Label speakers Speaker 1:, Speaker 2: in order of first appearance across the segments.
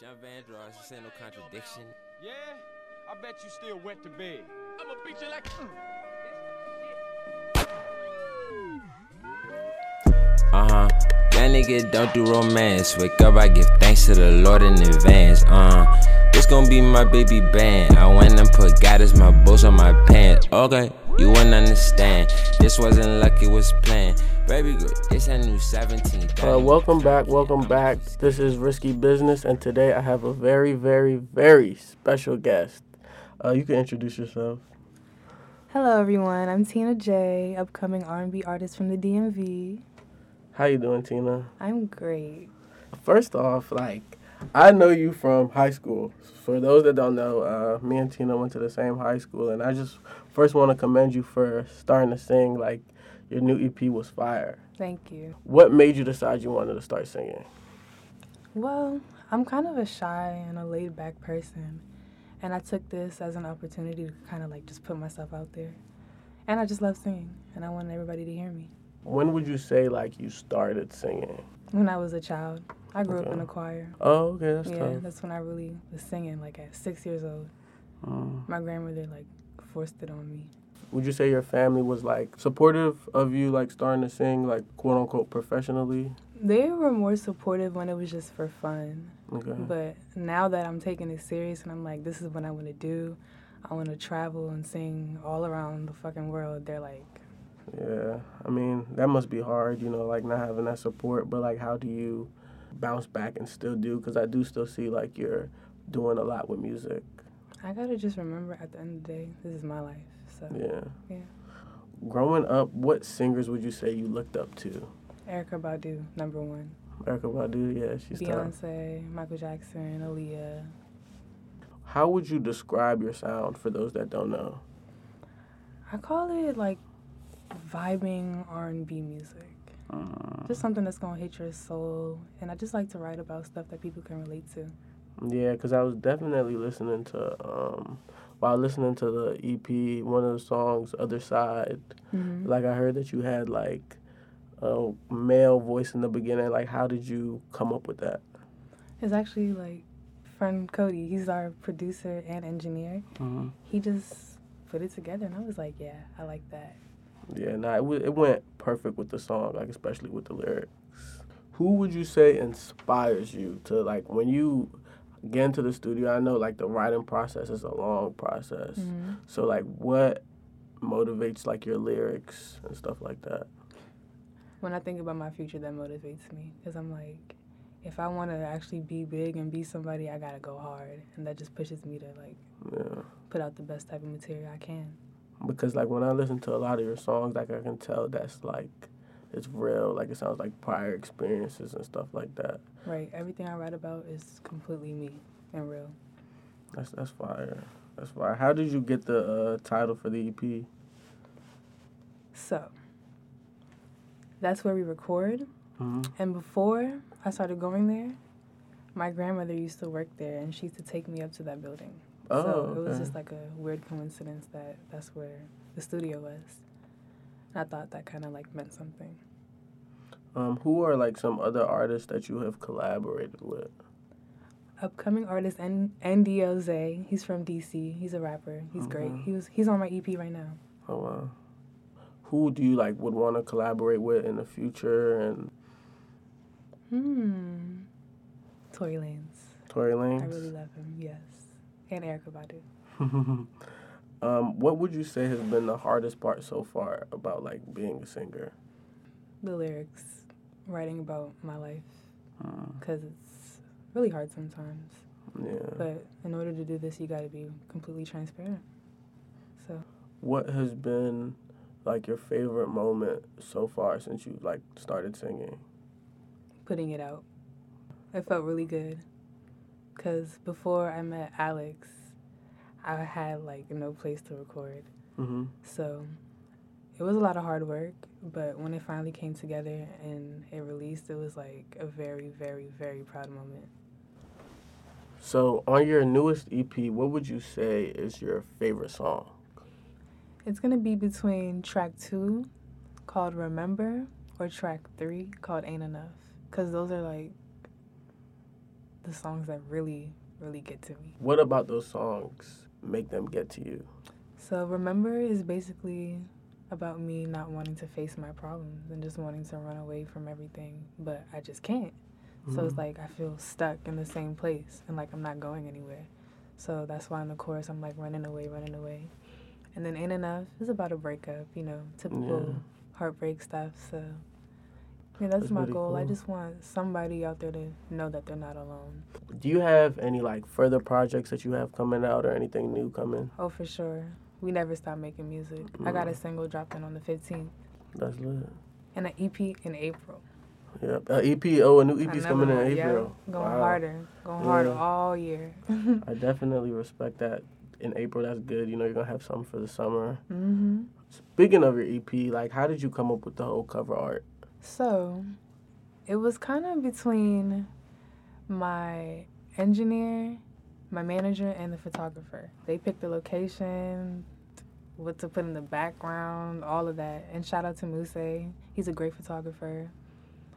Speaker 1: Sean Van Draws, this ain't no contradiction.
Speaker 2: Yeah, I bet you still wet to bed. I'ma beat you like.
Speaker 1: Uh huh. That nigga don't do romance. Wake up, I give thanks to the Lord in advance. Uh huh. This gon' be my baby band. I went and put God as my boss on my pants. Okay, you wouldn't understand. This wasn't like it was planned. Baby girl, this a new 17.
Speaker 3: Uh, welcome back, welcome back. This is Risky Business, and today I have a very, very, very special guest. Uh, you can introduce yourself.
Speaker 4: Hello everyone, I'm Tina J, upcoming R&B artist from the DMV.
Speaker 3: How you doing, Tina?
Speaker 4: I'm great.
Speaker 3: First off, like I know you from high school. For those that don't know, uh, me and Tina went to the same high school, and I just first want to commend you for starting to sing. Like your new EP was fire.
Speaker 4: Thank you.
Speaker 3: What made you decide you wanted to start singing?
Speaker 4: Well, I'm kind of a shy and a laid back person, and I took this as an opportunity to kind of like just put myself out there. And I just love singing, and I wanted everybody to hear me.
Speaker 3: When would you say like you started singing?
Speaker 4: When I was a child, I grew up
Speaker 3: Okay.
Speaker 4: in a choir.
Speaker 3: Oh, okay, that's
Speaker 4: yeah,
Speaker 3: tough.
Speaker 4: that's when I really was singing, like at six years old.
Speaker 3: Mm.
Speaker 4: My grandmother like forced it on me.
Speaker 3: Would you say your family was like supportive of you like starting to sing like quote unquote professionally?
Speaker 4: They were more supportive when it was just for fun.
Speaker 3: Okay.
Speaker 4: But now that I'm taking it serious and I'm like, this is what I want to do, I want to travel and sing all around the fucking world, they're like,
Speaker 3: Yeah, I mean that must be hard, you know, like not having that support. But like, how do you bounce back and still do? Because I do still see like you're doing a lot with music.
Speaker 4: I gotta just remember at the end of the day, this is my life. So,
Speaker 3: Yeah.
Speaker 4: Yeah.
Speaker 3: Growing up, what singers would you say you looked up to?
Speaker 4: Erica Badu, number one.
Speaker 3: Erica Badu, yeah, she's tough.
Speaker 4: Beyonce, Michael Jackson, Aaliyah.
Speaker 3: How would you describe your sound for those that don't know?
Speaker 4: I call it like vibing R&B music. Just something that's gonna hit your soul, and I just like to write about stuff that people can relate to.
Speaker 3: Yeah, because I was definitely listening to, um, while listening to the EP, one of the songs, Other Side,
Speaker 4: Mm-hmm.
Speaker 3: like I heard that you had like a male voice in the beginning. Like, how did you come up with that?
Speaker 4: It's actually like friend Cody. He's our producer and engineer.
Speaker 3: Mhm.
Speaker 4: He just put it together, and I was like, yeah, I like that.
Speaker 3: Yeah, nah, it, w- it went perfect with the song, like, especially with the lyrics. Who would you say inspires you to, like, when you get into the studio? I know, like, the writing process is a long process.
Speaker 4: Mm-hmm.
Speaker 3: So, like, what motivates, like, your lyrics and stuff like that?
Speaker 4: When I think about my future, that motivates me because I'm like, if I want to actually be big and be somebody, I gotta go hard, and that just pushes me to like
Speaker 3: Yeah.
Speaker 4: put out the best type of material I can.
Speaker 3: because like when I listen to a lot of your songs, like I can tell that's like it's real. Like it sounds like prior experiences and stuff like that.
Speaker 4: Right. Everything I write about is completely me and real.
Speaker 3: That's that's fire. That's fire. How did you get the uh, title for the EP?
Speaker 4: So that's where we record.
Speaker 3: Mm-hmm.
Speaker 4: And before I started going there, my grandmother used to work there and she used to take me up to that building.
Speaker 3: Oh,
Speaker 4: so it was
Speaker 3: okay.
Speaker 4: just like a weird coincidence that that's where the studio was. And I thought that kind of like meant something.
Speaker 3: Um, who are like some other artists that you have collaborated with?
Speaker 4: Upcoming artist N- NDOZ, he's from DC. He's a rapper. He's great.
Speaker 3: Uh-huh.
Speaker 4: He was he's on my EP right now.
Speaker 3: Oh wow. Who do you like would want to collaborate with in the future? And
Speaker 4: Hmm. Tory Lanez.
Speaker 3: Tory
Speaker 4: I
Speaker 3: Lanez.
Speaker 4: really love him, yes. And Erica Badu.
Speaker 3: um, what would you say has been the hardest part so far about like being a singer?
Speaker 4: The lyrics, writing about my life, because it's really hard sometimes.
Speaker 3: Yeah.
Speaker 4: But in order to do this, you got to be completely transparent. So,
Speaker 3: what has been like your favorite moment so far since you like started singing
Speaker 4: putting it out, it felt really good. Because before I met Alex, I had like no place to record.
Speaker 3: mm-hmm.
Speaker 4: So it was a lot of hard work, but when it finally came together and it released, it was like a very, very, very proud moment.
Speaker 3: so on your newest ep what would you say is your favorite song
Speaker 4: It's going to be between track two, called Remember, or track three, called Ain't Enough. Because those are like the songs that really, really get to me.
Speaker 3: What about those songs make them get to you?
Speaker 4: So remember is basically about me not wanting to face my problems and just wanting to run away from everything, but I just can't. So
Speaker 3: Mm.
Speaker 4: it's like I feel stuck in the same place and like I'm not going anywhere. So that's why in the chorus I'm like running away, running away. And then In and Enough is about a breakup, you know, typical heartbreak stuff. So yeah, that's,
Speaker 3: That's
Speaker 4: my
Speaker 3: pretty
Speaker 4: goal. I
Speaker 3: cool.
Speaker 4: just want somebody out there to know that they're not alone.
Speaker 3: Do you have any like further projects that you have coming out or anything new coming?
Speaker 4: Oh, for sure. We never stop making music. I got a single dropping on the 15th
Speaker 3: That's lit.
Speaker 4: and an EP in April.
Speaker 3: Yeah, uh, EP. Oh, a new EP's
Speaker 4: Another
Speaker 3: coming in
Speaker 4: one, yeah.
Speaker 3: April.
Speaker 4: Going
Speaker 3: Wow.
Speaker 4: harder, going harder
Speaker 3: Yeah.
Speaker 4: all year.
Speaker 3: I definitely respect that. In April, that's good. You know, you're gonna have something for the summer.
Speaker 4: hmm
Speaker 3: Speaking of your EP, like, how did you come up with the whole cover art?
Speaker 4: So, it was kind of between my engineer, my manager, and the photographer. They picked the location, what to put in the background, all of that. And shout out to Muse. He's a great photographer.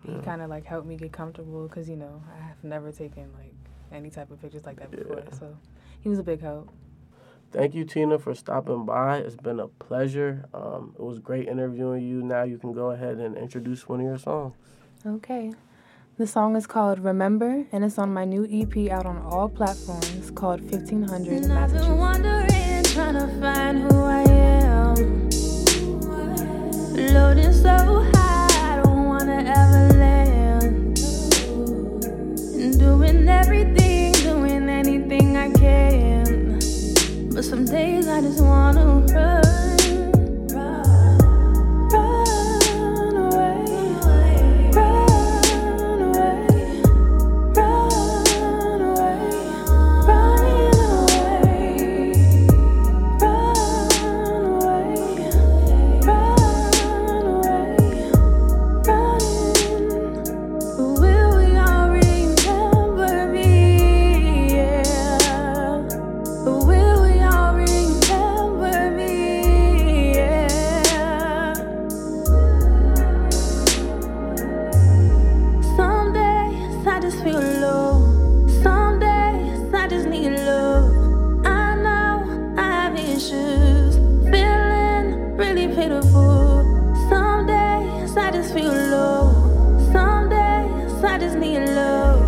Speaker 4: He kind of like helped me get comfortable because, you know, I have never taken like any type of pictures like that before.
Speaker 3: Yeah.
Speaker 4: So, he was a big help.
Speaker 3: Thank you, Tina, for stopping by. It's been a pleasure. Um, it was great interviewing you. Now you can go ahead and introduce one of your songs.
Speaker 4: Okay. The song is called Remember, and it's on my new EP out on all platforms called 1500
Speaker 5: And I've been
Speaker 4: Massachusetts.
Speaker 5: wondering, trying to find who I am. Loading so high, I don't wanna ever land. Doing everything, doing anything I can. But some days I just wanna run. Run away, run away. Run away, running away, run away, run away, running. Will we all remember me? Yeah. Will we all remember me? Yeah. Some days I just feel low. Some days I just need love. I know I have issues. Feeling really pitiful. Some days I just feel low. Some days I just need love.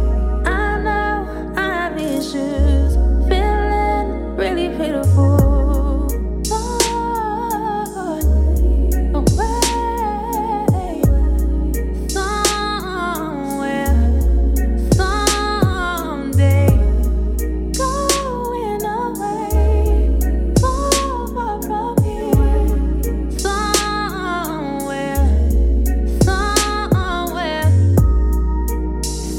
Speaker 5: I know I have issues. Feeling really pitiful. Lord, away. Somewhere, someday, going away, far, far from here. Somewhere, somewhere,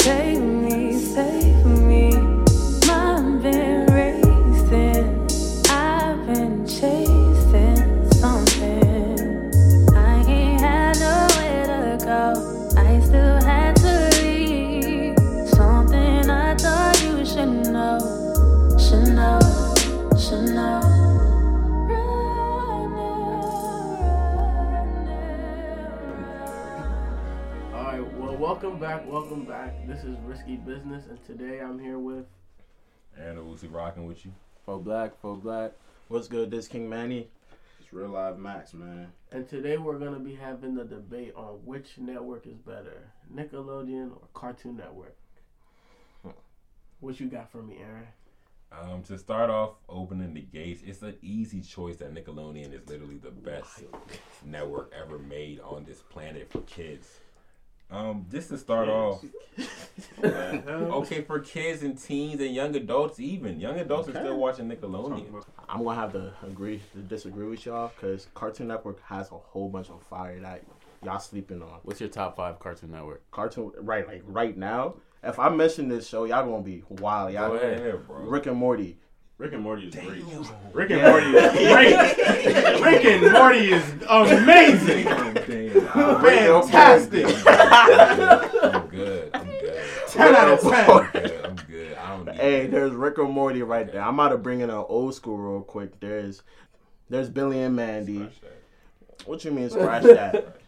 Speaker 5: save me, save me. I've been racing, I've been chasing something. I ain't had nowhere to go. I still had to leave. Something I thought you should know. Should know. Should know.
Speaker 3: All right. Well, welcome back. Welcome back. This is Risky Business, and today I'm here with.
Speaker 6: And Uzi rocking with you.
Speaker 7: Faux black, faux black. What's good? This King Manny. It's real live Max, man.
Speaker 3: And today we're gonna be having the debate on which network is better, Nickelodeon or Cartoon Network. What you got for me, Aaron?
Speaker 6: Um, to start off, opening the gates, it's an easy choice that Nickelodeon is literally the best network ever made on this planet for kids. Um, just to start off, okay, for kids and teens and young adults, even young adults are still watching Nickelodeon.
Speaker 7: I'm gonna have to agree to disagree with y'all because Cartoon Network has a whole bunch of fire that y'all sleeping on.
Speaker 8: What's your top five Cartoon Network?
Speaker 7: Cartoon, right? Like right now, if I mention this show, y'all gonna be wild. Y'all,
Speaker 6: Go ahead, bro.
Speaker 7: Rick and Morty.
Speaker 9: Rick and Morty is great. Rick and Morty is great. Rick and Morty is amazing. Fantastic.
Speaker 6: I'm good. I'm good.
Speaker 9: Ten out of ten.
Speaker 6: I'm good. I'm good. I don't need
Speaker 7: Hey, there's Rick and Morty right there. I'm about to bring in an old school real quick. There's, there's Billy and Mandy.
Speaker 6: Scratch that.
Speaker 7: What you mean scratch that?
Speaker 6: Scratch that.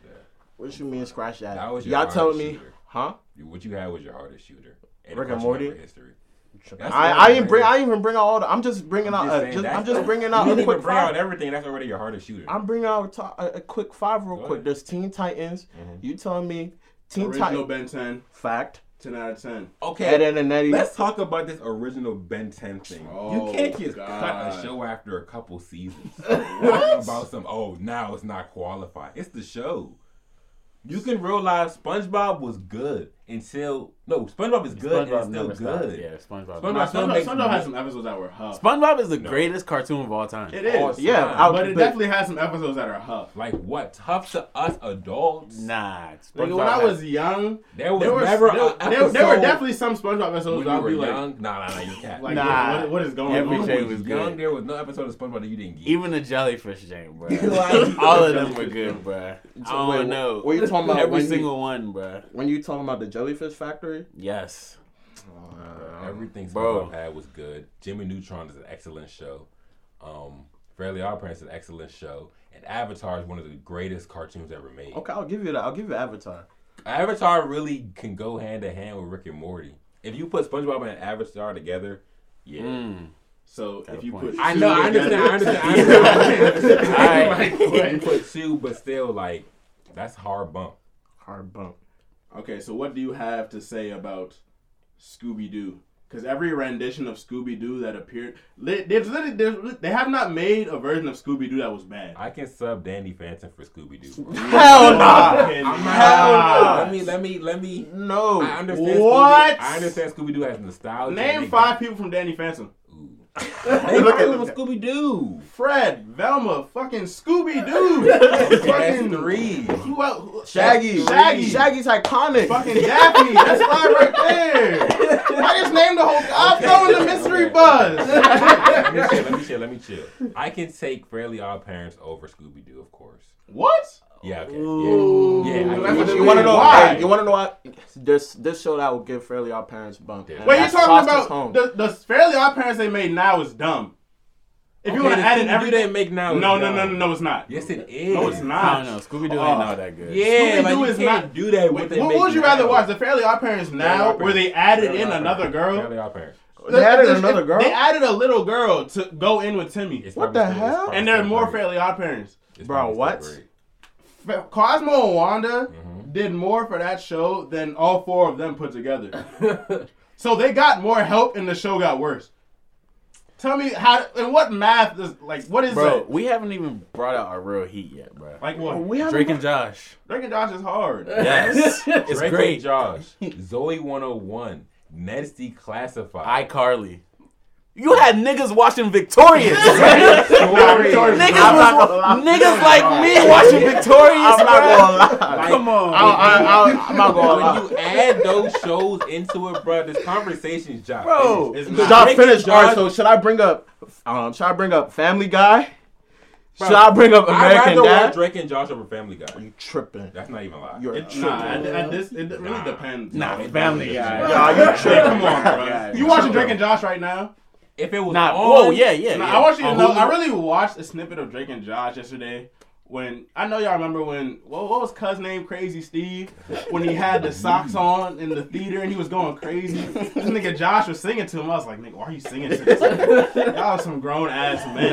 Speaker 7: What you mean scratch that?
Speaker 6: That was your
Speaker 7: y'all tell
Speaker 6: honest
Speaker 7: me,
Speaker 6: shooter.
Speaker 7: huh?
Speaker 6: What you had was your hardest shooter. And
Speaker 7: Rick
Speaker 6: of course,
Speaker 7: and
Speaker 6: you
Speaker 7: Morty?
Speaker 6: remember History. That's
Speaker 7: I,
Speaker 6: what
Speaker 7: I
Speaker 6: I'm
Speaker 7: didn't bring.
Speaker 6: saying.
Speaker 7: I didn't even bring out all. The, I'm just bringing out.
Speaker 6: just
Speaker 7: a,
Speaker 6: saying,
Speaker 7: just,
Speaker 6: that's-
Speaker 7: I'm just bringing
Speaker 6: You
Speaker 7: out
Speaker 6: didn't
Speaker 7: a
Speaker 6: even
Speaker 7: quick
Speaker 6: bring out
Speaker 7: five.
Speaker 6: everything. That's already your hardest shooter.
Speaker 7: I'm bringing out a to- a, a quick five real
Speaker 6: Go
Speaker 7: quick.
Speaker 6: ahead. Mm-hmm.
Speaker 7: There's Teen Titans. You telling me Teen
Speaker 9: Original
Speaker 7: Titans?
Speaker 9: Ben 10,
Speaker 7: Fact.
Speaker 9: 10 out of 10.
Speaker 6: okay.
Speaker 7: Ed, Ed, and Nettie.
Speaker 6: Let's talk about this original Ben 10 thing.
Speaker 9: Oh,
Speaker 6: you can't just cut a
Speaker 9: God.
Speaker 6: show after a couple seasons. what? About some, oh, now it's not qualified. It's the show. You can realize SpongeBob was good until. No, SpongeBob is good
Speaker 8: SpongeBob
Speaker 6: and
Speaker 8: never
Speaker 6: it's still
Speaker 8: stopped.
Speaker 6: good.
Speaker 8: Yeah, SpongeBob.
Speaker 6: SpongeBob-
Speaker 9: Nah,
Speaker 6: still
Speaker 9: SpongeBob,
Speaker 6: makes
Speaker 9: SpongeBob
Speaker 6: me-
Speaker 9: has some episodes that were huff.
Speaker 8: SpongeBob is the greatest cartoon of all time.
Speaker 9: It
Speaker 6: Oh,
Speaker 9: is.
Speaker 6: it's
Speaker 7: yeah,
Speaker 6: not.
Speaker 7: I,
Speaker 9: But it definitely has some episodes that are huff.
Speaker 6: Like, what? Tough to us adults?
Speaker 8: Nah, it's
Speaker 9: Like,
Speaker 8: SpongeBob
Speaker 9: when I
Speaker 8: had-
Speaker 9: was young,
Speaker 6: There was
Speaker 9: there were,
Speaker 6: never
Speaker 9: there,
Speaker 6: an
Speaker 9: there- there were
Speaker 6: episode
Speaker 9: definitely some SpongeBob episodes
Speaker 6: When
Speaker 9: where
Speaker 6: you
Speaker 9: I'd
Speaker 6: were
Speaker 9: be like,
Speaker 6: young, nah, nah, nah, you can't.
Speaker 9: like
Speaker 8: Nah.
Speaker 9: what, what is going
Speaker 8: Every
Speaker 9: on?
Speaker 8: Jay
Speaker 6: when you
Speaker 8: was
Speaker 6: was young,
Speaker 8: good.
Speaker 6: there was no episode of SpongeBob that you didn't get.
Speaker 8: Even the jellyfish game, bro.
Speaker 6: Like-
Speaker 8: All of them were good, bro. I
Speaker 7: wait,
Speaker 8: don't know.
Speaker 7: what you talking about
Speaker 8: Every
Speaker 7: when you-
Speaker 8: single one, bro.
Speaker 7: when you talking about the Jellyfish Factory,
Speaker 8: Yes.
Speaker 6: Everything
Speaker 8: Bro.
Speaker 6: SpongeBob had was good. Jimmy Neutron is an excellent show. Um, Fairly Odd Parents is an excellent show, and Avatar is one of the greatest cartoons ever made.
Speaker 7: okay, I'll give you that. I'll give you Avatar.
Speaker 6: Avatar really can go hand to hand with Rick and Morty. If you put SpongeBob and Avatar together, yeah.
Speaker 8: Mm,
Speaker 9: So if you
Speaker 8: point.
Speaker 9: put,
Speaker 6: I know,
Speaker 9: two
Speaker 6: I understand, I
Speaker 9: together-
Speaker 6: understand, I understand.
Speaker 8: All right.
Speaker 6: you put two, but still, like, that's hard bump.
Speaker 7: Hard bump.
Speaker 9: Okay, so what do you have to say about Scooby Doo? Because every rendition of Scooby Doo that appeared, li- there's literally there's, they have not made a version of Scooby Doo that was bad.
Speaker 6: I can sub Danny Phantom for Scooby Doo.
Speaker 7: Hell nah.
Speaker 9: Fucking
Speaker 6: Let me, let me, let me.
Speaker 7: No.
Speaker 6: I understand.
Speaker 9: What?
Speaker 6: Scooby, I understand. Scooby Doo has nostalgia.
Speaker 9: Name
Speaker 6: They-
Speaker 9: five people from Danny Phantom.
Speaker 6: Hey,
Speaker 7: Look
Speaker 6: look
Speaker 7: at-
Speaker 6: at Scooby Doo.
Speaker 9: Fred, Velma, fucking Scooby Doo,
Speaker 6: That's
Speaker 9: fucking
Speaker 6: three.
Speaker 9: Who else? Who-
Speaker 7: Shaggy.
Speaker 9: Shaggy.
Speaker 7: Shaggy's iconic.
Speaker 9: Fucking Daphne. That's five right there. I just named the whole. I'm throwing the mystery buzz.
Speaker 6: Let me chill. Let me chill. Let me chill. I can take Fairly Odd Parents over Scooby Doo, of course.
Speaker 9: What?
Speaker 6: Yeah. Okay.
Speaker 9: Ooh.
Speaker 6: Yeah. Yeah. I
Speaker 9: That's
Speaker 6: can-
Speaker 9: what
Speaker 7: You want to know?
Speaker 9: Why?
Speaker 7: Hey, you want to know why? This this show that will give fairly our parents bump.
Speaker 6: Yeah.
Speaker 7: and
Speaker 9: Wait, you're
Speaker 7: that's
Speaker 9: talking
Speaker 7: Foster's
Speaker 9: about the, the Fairly Odd Parents they made now is dumb. If you
Speaker 6: Okay,
Speaker 9: want to
Speaker 6: the
Speaker 9: add in
Speaker 6: Scooby-Doo they
Speaker 9: everything,
Speaker 6: make now.
Speaker 9: no,
Speaker 6: is
Speaker 9: no, no,
Speaker 6: dumb.
Speaker 9: no, no, it's not.
Speaker 6: Yes, it is.
Speaker 9: No, it's
Speaker 8: I
Speaker 9: not.
Speaker 8: don't know. Scooby Doo ain't
Speaker 9: Oh.
Speaker 8: all that good.
Speaker 6: Yeah,
Speaker 9: Scooby-Doo
Speaker 6: like you
Speaker 9: is
Speaker 6: can't
Speaker 9: not-
Speaker 6: do that.
Speaker 9: Wait,
Speaker 6: What, they
Speaker 9: what
Speaker 6: make
Speaker 9: would you
Speaker 6: now.
Speaker 9: rather watch? The Fairly Odd Parents
Speaker 6: Fairly Odd
Speaker 9: now, where they
Speaker 6: Parents.
Speaker 9: added
Speaker 6: Fairly
Speaker 9: in
Speaker 6: Odd
Speaker 9: another
Speaker 6: Parents.
Speaker 9: girl.
Speaker 6: Fairly Odd Parents.
Speaker 7: They added
Speaker 9: If-
Speaker 7: another girl?
Speaker 9: They added a little girl to go in with Timmy,
Speaker 6: It's
Speaker 7: What
Speaker 6: probably still-
Speaker 7: the
Speaker 6: it's
Speaker 7: hell?
Speaker 6: probably
Speaker 9: and there are
Speaker 6: still
Speaker 9: more
Speaker 6: great.
Speaker 9: Fairly Odd Parents.
Speaker 6: It's
Speaker 7: Bro,
Speaker 6: probably still
Speaker 7: what?
Speaker 6: great.
Speaker 9: Fa- Cosmo and Wanda did more for that show than all four of them put together. so they got more help, and the show got worse. Tell me how and what math is like? What is
Speaker 8: Bro,
Speaker 9: that?
Speaker 8: we haven't even brought out our real heat yet, bro.
Speaker 9: Like what?
Speaker 7: We have
Speaker 8: Drake and Josh.
Speaker 9: Drake and Josh is hard.
Speaker 8: Yes. it's
Speaker 6: Drake
Speaker 8: great.
Speaker 6: and Josh, Zoe 101, Ned's Declassified.
Speaker 8: iCarly. You had niggas watching Victorious.
Speaker 9: Nah, Victoria's
Speaker 8: niggas,
Speaker 9: hard.
Speaker 8: was, niggas like me watching Victorious. bruh.
Speaker 7: I'm not gonna lie.
Speaker 8: Come on.
Speaker 7: I, I, I'm not gonna lie.
Speaker 6: when you add those shows into it, bro, this conversation's job.
Speaker 8: Bro.
Speaker 9: It's
Speaker 7: Job
Speaker 9: not.
Speaker 7: finished.
Speaker 6: Josh-
Speaker 7: All right, so should I bring up? Um, should I bring up Family Guy? should I bring up
Speaker 6: I'd
Speaker 7: American
Speaker 6: rather watch
Speaker 7: Dad?
Speaker 6: Drake and Josh over Family Guy.
Speaker 7: You tripping?
Speaker 6: That's not even a lie.
Speaker 7: You're
Speaker 9: It,
Speaker 7: tripping.
Speaker 9: nah, at, at this, it really
Speaker 6: Nah.
Speaker 9: depends.
Speaker 8: Nah,
Speaker 9: It
Speaker 8: Family
Speaker 9: depends.
Speaker 8: Guy.
Speaker 7: Nah, you tripping?
Speaker 9: Come on, bro. You watching Drake and Josh right now?
Speaker 6: if it was
Speaker 8: Nah,
Speaker 6: on,
Speaker 8: whoa, yeah, yeah.
Speaker 9: Nah,
Speaker 8: yeah.
Speaker 9: I want you to
Speaker 8: On
Speaker 9: know.
Speaker 8: Hulu.
Speaker 9: I really watched a snippet of Drake and Josh yesterday. When I know y'all remember when what, what was Cuz name Crazy Steve when he had the socks on in the theater and he was going crazy. This nigga Josh was singing to him. I was like, nigga, why are you singing to this? nigga? Y'all are some grown ass men.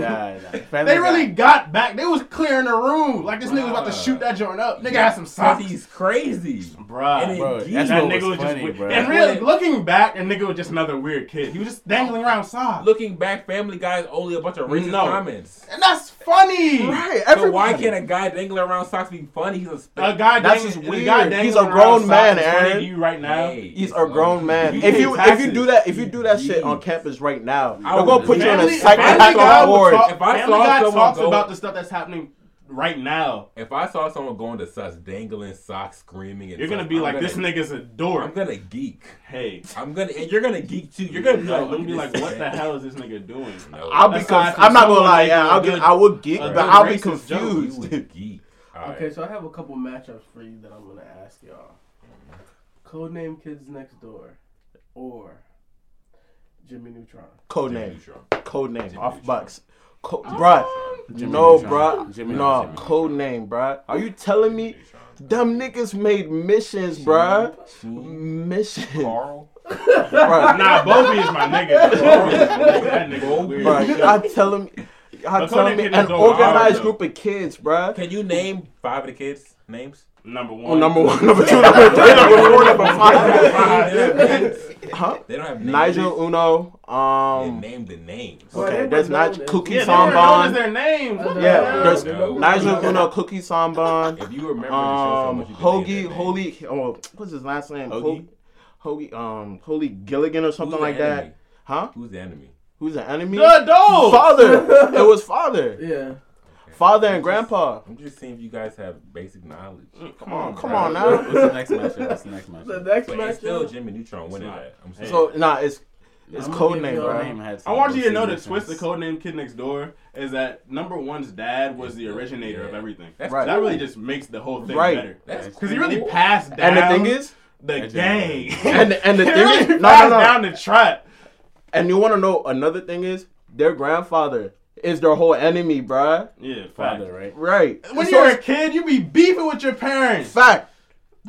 Speaker 8: Nah, nah, nah. Family
Speaker 9: They really
Speaker 8: Guy.
Speaker 9: got back. They was clearing the room like this nigga was about to shoot that joint up. Nigga had some
Speaker 6: Cause
Speaker 9: socks,
Speaker 6: he's crazy.
Speaker 9: bruh.
Speaker 6: And it-
Speaker 8: Bro,
Speaker 6: Gee,
Speaker 8: that's
Speaker 9: that
Speaker 8: what
Speaker 9: nigga was
Speaker 8: was funny,
Speaker 9: just
Speaker 8: bro.
Speaker 9: weird. And really, looking back, that nigga was just another weird kid. He was just dangling around socks.
Speaker 6: Looking back, Family Guy is only a bunch of racist
Speaker 9: No.
Speaker 6: comments.
Speaker 9: And that's funny.
Speaker 7: Right,
Speaker 6: So
Speaker 7: everybody.
Speaker 6: why can't a guy dangling around socks be funny? He's a spe-
Speaker 9: A guy
Speaker 7: That's
Speaker 9: dang-
Speaker 7: just
Speaker 9: a
Speaker 7: weird.
Speaker 9: guy
Speaker 7: He's
Speaker 9: dangling
Speaker 7: a grown
Speaker 9: around
Speaker 7: man,
Speaker 9: socks is funny
Speaker 7: Aaron.
Speaker 9: to you right now.
Speaker 6: Hey,
Speaker 7: He's
Speaker 6: it's
Speaker 7: a grown
Speaker 6: ugly.
Speaker 7: man.
Speaker 9: You
Speaker 7: If
Speaker 9: pay
Speaker 7: you if you
Speaker 9: taxes.
Speaker 7: do that if you do that shit on
Speaker 6: Jeez.
Speaker 7: campus right now,
Speaker 6: I
Speaker 7: they're
Speaker 6: would
Speaker 7: gonna put you on a
Speaker 6: literally-
Speaker 9: Family Guy
Speaker 7: psychiatric
Speaker 9: will
Speaker 7: ward.
Speaker 9: talk-
Speaker 6: If I
Speaker 9: Family
Speaker 6: saw
Speaker 9: Guy
Speaker 6: someone
Speaker 9: talks
Speaker 6: go-
Speaker 9: about the stuff that's happening right now,
Speaker 6: If I saw someone going to sus dangling socks, screaming, and
Speaker 9: you're gonna
Speaker 6: sus,
Speaker 9: be
Speaker 6: I'm
Speaker 9: like, this
Speaker 6: gonna-
Speaker 9: nigga's a
Speaker 6: I'm
Speaker 9: dork.
Speaker 6: gonna geek.
Speaker 9: Hey,
Speaker 6: I'm gonna, and you're gonna geek too. You're gonna be
Speaker 9: No,
Speaker 6: like,
Speaker 9: I'm gonna be
Speaker 6: look at
Speaker 9: like,
Speaker 6: this
Speaker 9: what the
Speaker 6: man.
Speaker 9: hell is this nigga doing?
Speaker 6: No.
Speaker 7: I'll be
Speaker 9: Aside
Speaker 7: conf-
Speaker 9: from
Speaker 7: I'm not gonna
Speaker 9: someone
Speaker 7: lie.
Speaker 9: like
Speaker 7: Yeah,
Speaker 9: you,
Speaker 7: I'll
Speaker 9: dude.
Speaker 7: get I will get,
Speaker 9: Uh,
Speaker 7: but I'll be
Speaker 9: racist joke,
Speaker 6: You
Speaker 7: confused.
Speaker 6: was a geek. All
Speaker 3: Okay,
Speaker 6: right.
Speaker 3: so I have a couple matchups for you that I'm gonna ask y'all. Codename Kids Next Door or Jimmy Neutron.
Speaker 7: Code
Speaker 6: Jimmy
Speaker 7: name.
Speaker 6: Neutron.
Speaker 7: Code name. Off
Speaker 6: Neutron.
Speaker 7: bucks. Co- bruh,
Speaker 8: Jimmy
Speaker 7: no,
Speaker 9: Um,
Speaker 8: Neutron.
Speaker 7: bruh,
Speaker 8: Jimmy
Speaker 7: no.
Speaker 8: Neutron.
Speaker 7: Code name, bruh. Are you telling me?
Speaker 6: Jimmy Neutron.
Speaker 7: Dumb niggas made missions, bruh.
Speaker 6: She,
Speaker 7: Missions.
Speaker 6: Carl.
Speaker 7: Bruh,
Speaker 9: Nah, Bobby is my nigga. Bobby is my nigga. That nigga weird.
Speaker 7: bruh, I tell them, I
Speaker 9: That's
Speaker 7: tell
Speaker 9: how they
Speaker 7: them,
Speaker 9: get
Speaker 7: an
Speaker 9: into all
Speaker 7: organized
Speaker 9: of them.
Speaker 7: group of kids, bruh.
Speaker 6: Can you name five of the kids' names?
Speaker 9: Number one.
Speaker 7: Oh, number one, number two, number three, number four, number five.
Speaker 6: They don't have names.
Speaker 7: Huh?
Speaker 6: They don't have names.
Speaker 7: Nigel Uno.
Speaker 6: They
Speaker 7: Um.
Speaker 6: name the names.
Speaker 3: Well, they
Speaker 7: Okay, there's
Speaker 3: were known
Speaker 7: Nigel
Speaker 3: as-
Speaker 7: Cookie
Speaker 9: Yeah, they were known as
Speaker 7: Sambon.
Speaker 9: their names. What the
Speaker 7: Yeah,
Speaker 9: hell?
Speaker 7: there's
Speaker 6: No.
Speaker 7: Nigel Uno, Cookie Sambon.
Speaker 6: If you remember
Speaker 7: Um,
Speaker 6: the show so much, you
Speaker 7: Hoagie, Holy, oh, what's his last name?
Speaker 6: Hoagie?
Speaker 7: Hoagie, um, Holy Gilligan or
Speaker 6: Who's
Speaker 7: something
Speaker 6: the
Speaker 7: like that.
Speaker 6: enemy?
Speaker 7: Huh?
Speaker 6: Who's the enemy?
Speaker 7: Who's an enemy?
Speaker 9: The dogs.
Speaker 7: Father. it was father.
Speaker 3: Yeah.
Speaker 7: Father and grandpa.
Speaker 6: I'm just seeing if you guys have basic knowledge.
Speaker 7: Come on, come
Speaker 6: bro.
Speaker 7: on
Speaker 8: What's
Speaker 7: now.
Speaker 8: the next matchup? What's the next
Speaker 3: The
Speaker 8: matchup?
Speaker 3: next
Speaker 6: But
Speaker 3: match
Speaker 6: it's still Jimmy Neutron winning
Speaker 8: not.
Speaker 6: that. I'm saying.
Speaker 7: So nah, it's it's
Speaker 8: I'm
Speaker 7: code
Speaker 3: gonna
Speaker 7: name,
Speaker 3: give
Speaker 7: bro.
Speaker 3: y'all-
Speaker 8: Name had
Speaker 9: I want you to know
Speaker 8: the
Speaker 9: that Swiss, the codename Kid Next Door, is that number one's dad was the originator of
Speaker 6: Yeah.
Speaker 9: everything.
Speaker 6: That's
Speaker 7: Right.
Speaker 9: That really just makes the whole thing
Speaker 7: Right.
Speaker 9: better.
Speaker 6: That's
Speaker 9: Because he
Speaker 6: cool.
Speaker 9: really passed
Speaker 7: And
Speaker 9: down
Speaker 7: the thing is,
Speaker 9: the
Speaker 8: That's
Speaker 9: gang.
Speaker 7: and and the
Speaker 9: he
Speaker 7: thing is,
Speaker 9: really
Speaker 7: no, no,
Speaker 9: passed
Speaker 7: no.
Speaker 9: down the trap.
Speaker 7: And you want to know another thing is their grandfather is their whole enemy, bruh.
Speaker 9: Yeah,
Speaker 8: father,
Speaker 9: father.
Speaker 8: right?
Speaker 7: Right.
Speaker 9: When
Speaker 7: So
Speaker 9: you were a
Speaker 7: it's
Speaker 9: kid, you be beefing with your parents.
Speaker 7: fact,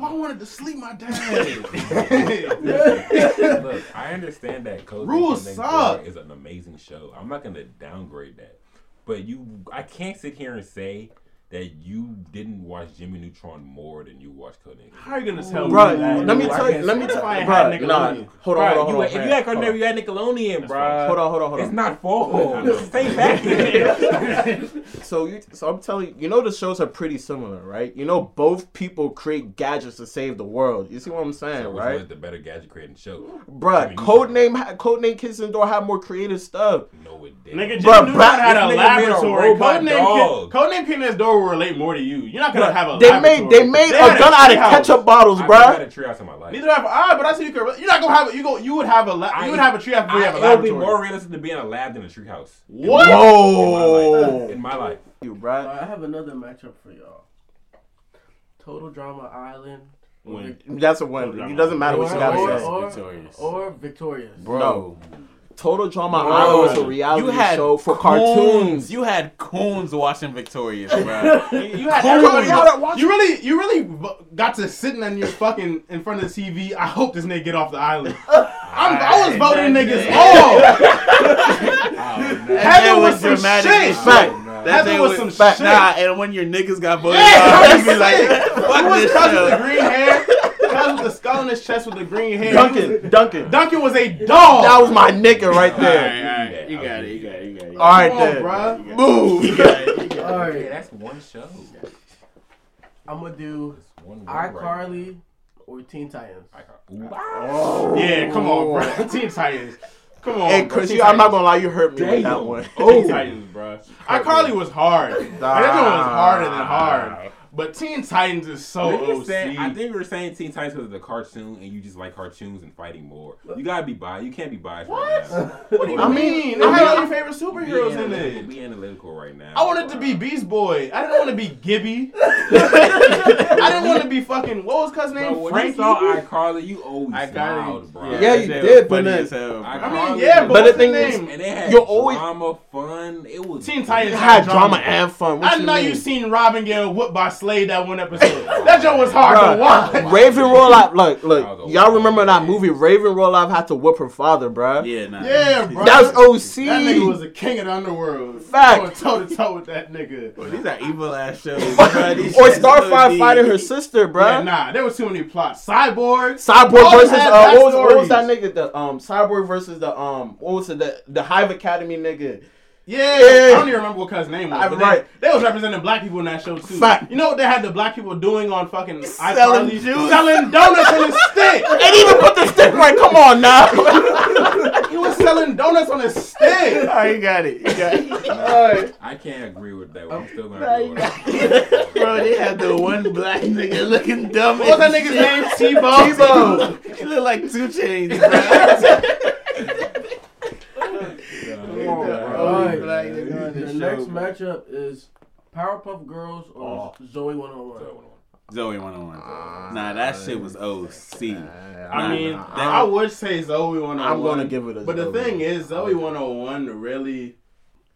Speaker 9: I wanted to sleep my dad.
Speaker 6: Look, I understand that Code
Speaker 9: Rules
Speaker 6: Name
Speaker 9: suck.
Speaker 6: is an amazing show. I'm not gonna downgrade that, but you, I can't sit here and say that you didn't watch Jimmy Neutron more than you watched Code Name.
Speaker 9: How are you gonna tell me
Speaker 7: bruh.
Speaker 9: that?
Speaker 7: Let me
Speaker 9: What
Speaker 7: tell you. Let me
Speaker 9: if
Speaker 7: tell
Speaker 9: I
Speaker 7: you,
Speaker 9: ain't
Speaker 7: bruh.
Speaker 9: had
Speaker 7: Nah,
Speaker 9: Nickelodeon?
Speaker 7: hold on, hold on, hold on.
Speaker 6: if you had Code
Speaker 7: hold
Speaker 6: Name,
Speaker 7: on.
Speaker 6: you had Nickelodeon, bro.
Speaker 7: Hold on, hold on, hold
Speaker 6: It's
Speaker 7: on.
Speaker 6: not fault. Stay back there.
Speaker 7: So you, so I'm telling you, you know the shows are pretty similar, right? You know both people create gadgets to save the world. You see what I'm saying,
Speaker 6: Which
Speaker 7: right?
Speaker 6: was the better gadget creating show?
Speaker 7: Bruh, Codename, ha- Codename Kids in the Door had more creative stuff.
Speaker 6: No, it didn't.
Speaker 9: Nigga,
Speaker 7: Bruh,
Speaker 9: Jim Newton
Speaker 7: Brad-
Speaker 9: had
Speaker 6: this
Speaker 9: a
Speaker 6: nigga made a
Speaker 9: laboratory.
Speaker 6: robot
Speaker 9: Codename
Speaker 6: dog.
Speaker 9: Kid, Codename Kid Next Door will relate more to you. You're not gonna have a
Speaker 7: They
Speaker 9: laboratory.
Speaker 7: made they made
Speaker 9: had
Speaker 7: a gun out of
Speaker 9: treehouse.
Speaker 7: ketchup bottles,
Speaker 6: I've never had a
Speaker 7: bruh.
Speaker 6: treehouse in my life.
Speaker 9: Neither have I, but I see you could. You're not gonna have a, you go. You would have a la- you would have a tree after
Speaker 6: I,
Speaker 9: we have a
Speaker 6: it would be
Speaker 9: laboratory.
Speaker 6: more realistic to be in a lab than a treehouse.
Speaker 9: what?
Speaker 7: Whoa,
Speaker 6: In my life.
Speaker 7: you, bruh.
Speaker 3: I have another matchup for y'all. Total Drama Island
Speaker 9: Win.
Speaker 7: That's a win. It doesn't matter what you gotta say.
Speaker 3: or,
Speaker 8: Victorious.
Speaker 3: or Victorious.
Speaker 7: No. Total Drama
Speaker 8: Bro.
Speaker 7: Island was a reality show for cartoons.
Speaker 8: You had coons watching Victorious, bro.
Speaker 9: You had
Speaker 7: Cool.
Speaker 9: everybody.
Speaker 7: You gotta watch
Speaker 9: You really, you really v- got to sitting on your fucking in front of the TV. I hope this nigga get off the island. I'm, I was voting niggas off. Heaven was some shit.
Speaker 7: Fact.
Speaker 8: That
Speaker 9: Heaven
Speaker 8: day
Speaker 9: was
Speaker 8: was
Speaker 9: some
Speaker 7: fact.
Speaker 9: shit.
Speaker 8: Nah, and when your niggas got voted
Speaker 9: Yeah,
Speaker 8: out, you be like, fuck
Speaker 9: Who was
Speaker 8: this
Speaker 9: cousin with the
Speaker 8: show.
Speaker 9: green hair? Cousin with the skull on his chest with the green hair.
Speaker 7: Duncan, Duncan.
Speaker 9: Duncan was a dog.
Speaker 7: That was my nigga right there.
Speaker 8: Alright, alright. You got it, you got it, you got it.
Speaker 7: All right,
Speaker 9: Come on,
Speaker 7: then.
Speaker 9: bruh.
Speaker 7: Move.
Speaker 3: All
Speaker 6: Yeah,
Speaker 3: right,
Speaker 6: that's one show.
Speaker 3: I'm gonna do
Speaker 6: That's one word right there.
Speaker 3: iCarly or Teen Titans.
Speaker 6: iCarly.
Speaker 9: Ah. Yeah, come on, bruh. Teen Titans. Come on.
Speaker 7: Hey,
Speaker 9: bruh.
Speaker 7: Chris,
Speaker 9: Teen
Speaker 7: you, I'm not
Speaker 9: Titans.
Speaker 7: gonna lie, you hurt me with that
Speaker 6: Damn.
Speaker 7: one. Oh.
Speaker 9: Teen Titans,
Speaker 6: ah.
Speaker 9: bro. iCarly was hard. Like, That joint was harder than hard. But Teen Titans is so
Speaker 6: Nigga
Speaker 9: OC.
Speaker 6: said- I think we were saying Teen Titans because of the cartoon, and you just like cartoons and fighting more. You gotta be biased. You can't be biased right now.
Speaker 9: what do you
Speaker 7: I
Speaker 9: mean?
Speaker 7: mean-
Speaker 9: I had
Speaker 7: I
Speaker 9: all your
Speaker 7: mean-
Speaker 9: favorite
Speaker 6: Be
Speaker 9: superheroes in
Speaker 6: analytical-
Speaker 9: it.
Speaker 6: Be analytical right now.
Speaker 9: I wanted to
Speaker 6: bruh.
Speaker 9: be Beast Boy. I didn't want to be Gibby. I didn't want to be fucking what was cuz
Speaker 6: Bro,
Speaker 9: name?
Speaker 6: when you
Speaker 9: Frankie.
Speaker 6: saw iCarly, you always
Speaker 8: iCarly.
Speaker 6: smiled, bro.
Speaker 7: Yeah, you did, but
Speaker 8: funny
Speaker 7: then-
Speaker 8: as hell, bro.
Speaker 9: I mean, yeah, but,
Speaker 7: But
Speaker 9: what's
Speaker 7: the thing
Speaker 9: his
Speaker 7: is-
Speaker 9: name?
Speaker 6: and they had
Speaker 7: You're always-
Speaker 6: drama, fun. It was
Speaker 9: Teen Titans
Speaker 7: It had drama and fun. What
Speaker 9: I know
Speaker 7: mean?
Speaker 9: you seen Robin getting whooped by Slade that one episode. that joke was hard
Speaker 7: Bruh,
Speaker 9: to watch.
Speaker 7: Raven Rollout, look,
Speaker 6: Y'all go
Speaker 7: look, y'all
Speaker 6: watch
Speaker 7: remember
Speaker 6: it.
Speaker 7: that movie? Raven Rollout had to whip her father, bruh.
Speaker 8: Yeah, nah.
Speaker 9: Yeah, bro.
Speaker 7: That was OC.
Speaker 9: That nigga was a king of the underworld.
Speaker 7: Fact.
Speaker 9: Going toe to toe with that nigga.
Speaker 8: These are evil ass shows.
Speaker 7: or Starfire fighting her sister, bruh.
Speaker 9: Yeah, nah, Oh, there was too many plots. Cyborg.
Speaker 7: Cyborg
Speaker 9: Both
Speaker 7: versus
Speaker 9: had
Speaker 7: uh, what, was, what
Speaker 9: backstories.
Speaker 7: was that nigga? The um Cyborg versus the um what was it? The the Hive Academy nigga.
Speaker 9: Yeah, I
Speaker 7: Yeah.
Speaker 9: don't even remember what cuz name was.
Speaker 7: I-
Speaker 9: but they-
Speaker 7: right.
Speaker 9: They, was representing black people in that show too.
Speaker 7: Fact.
Speaker 9: You know what they had the black people doing on fucking
Speaker 7: Selling
Speaker 9: iCarly?
Speaker 7: juice.
Speaker 9: Selling donuts on a stick.
Speaker 7: And even put the stick right. Come on now.
Speaker 9: He was selling donuts on a stick.
Speaker 8: you Oh, got it. You got it.
Speaker 6: I can't agree with that. I'm still gonna agree with it.
Speaker 8: Bro, they had the one black nigga looking dumb.
Speaker 9: What was that nigga's name? T-Bone.
Speaker 7: T-Bone.
Speaker 8: He looked like two chains, bro.
Speaker 6: Nah,
Speaker 3: All right,
Speaker 8: black
Speaker 3: the
Speaker 8: nigga on this
Speaker 3: next
Speaker 8: show, bro.
Speaker 3: matchup is Powerpuff Girls or
Speaker 6: Oh.
Speaker 3: Zoe 101.
Speaker 8: Zoe 101. Nah, that shit was OC.
Speaker 9: Ah, I
Speaker 8: Nah,
Speaker 9: mean,
Speaker 8: nah,
Speaker 9: I would say Zoe 101.
Speaker 7: I'm gonna give it a
Speaker 9: But the
Speaker 7: Zoe.
Speaker 9: thing is, Zoe 101 really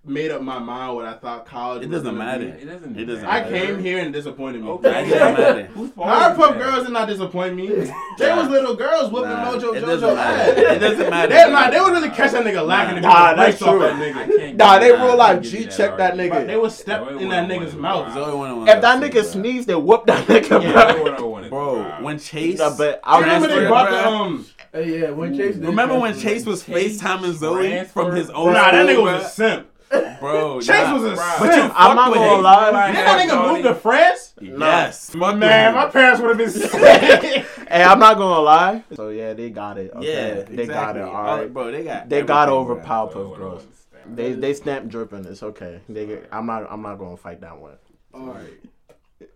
Speaker 9: made up my mind what I thought college.
Speaker 8: It
Speaker 9: was
Speaker 8: doesn't
Speaker 9: gonna be.
Speaker 8: matter.
Speaker 6: It doesn't.
Speaker 8: It doesn't
Speaker 9: I
Speaker 8: matter.
Speaker 9: came here and it disappointed me.
Speaker 8: It doesn't matter.
Speaker 6: Who's fault is
Speaker 9: Powerpuff
Speaker 6: that?
Speaker 9: Girls did not disappoint me. They was little girls whooping
Speaker 8: Nah,
Speaker 9: Mojo
Speaker 8: it
Speaker 9: Jojo
Speaker 8: doesn't
Speaker 9: ass.
Speaker 8: matter. It doesn't matter.
Speaker 9: They, nah, they would really catch that nigga lacking.
Speaker 7: Nah,
Speaker 9: Nah,
Speaker 7: that's
Speaker 9: that's true.
Speaker 7: true.
Speaker 9: That
Speaker 6: I
Speaker 9: nigga.
Speaker 6: can't
Speaker 7: Nah,
Speaker 6: give
Speaker 7: they
Speaker 6: you that.
Speaker 7: real
Speaker 6: I
Speaker 7: life
Speaker 6: can't give you
Speaker 7: G check that
Speaker 6: argument.
Speaker 7: nigga.
Speaker 9: They would step
Speaker 6: That way
Speaker 9: in
Speaker 6: one
Speaker 9: that
Speaker 6: on
Speaker 9: nigga's
Speaker 6: one.
Speaker 8: There's
Speaker 9: mouth.
Speaker 8: only oh one on one
Speaker 7: If that
Speaker 8: episode,
Speaker 7: nigga
Speaker 8: bro.
Speaker 7: sneezed, they whooped that nigga,
Speaker 9: Yeah,
Speaker 6: That way
Speaker 7: bro.
Speaker 6: one on one is
Speaker 8: Bro,
Speaker 6: wild.
Speaker 8: when Chase.
Speaker 7: Nah, but
Speaker 9: I
Speaker 7: I
Speaker 9: remember they
Speaker 8: Transfer,
Speaker 9: bought
Speaker 8: bruh.
Speaker 9: the um.
Speaker 3: Hey, yeah, when Chase. did
Speaker 8: um, Remember when
Speaker 3: transfer,
Speaker 8: Chase was
Speaker 6: Chase
Speaker 8: FaceTiming Zoe
Speaker 6: transfer-
Speaker 8: from his old
Speaker 9: Nah,
Speaker 8: school,
Speaker 9: that nigga was a simp.
Speaker 8: bruh? Bro,
Speaker 9: Chase
Speaker 8: nah.
Speaker 9: was a
Speaker 6: bruh.
Speaker 8: But you
Speaker 9: simp.
Speaker 7: I'm not
Speaker 8: fucked with
Speaker 7: gonna
Speaker 8: him.
Speaker 7: lie.
Speaker 9: Didn't that nigga move to France?
Speaker 8: Yes. fuck
Speaker 9: Man,
Speaker 8: with
Speaker 9: my
Speaker 8: him.
Speaker 9: parents would have been sick.
Speaker 7: Hey, I'm not gonna lie. So yeah, they got it. Okay.
Speaker 8: Yeah,
Speaker 7: they
Speaker 8: exactly.
Speaker 7: got it. All right,
Speaker 8: bro, they got.
Speaker 7: they got
Speaker 8: everything,
Speaker 7: over
Speaker 8: bruh.
Speaker 6: That way
Speaker 7: Powerpuff
Speaker 6: one on one
Speaker 7: Girls.
Speaker 6: is bad.
Speaker 7: They they snap dripping. It's okay. They get, I'm not I'm not gonna fight that one.
Speaker 3: All right. Ed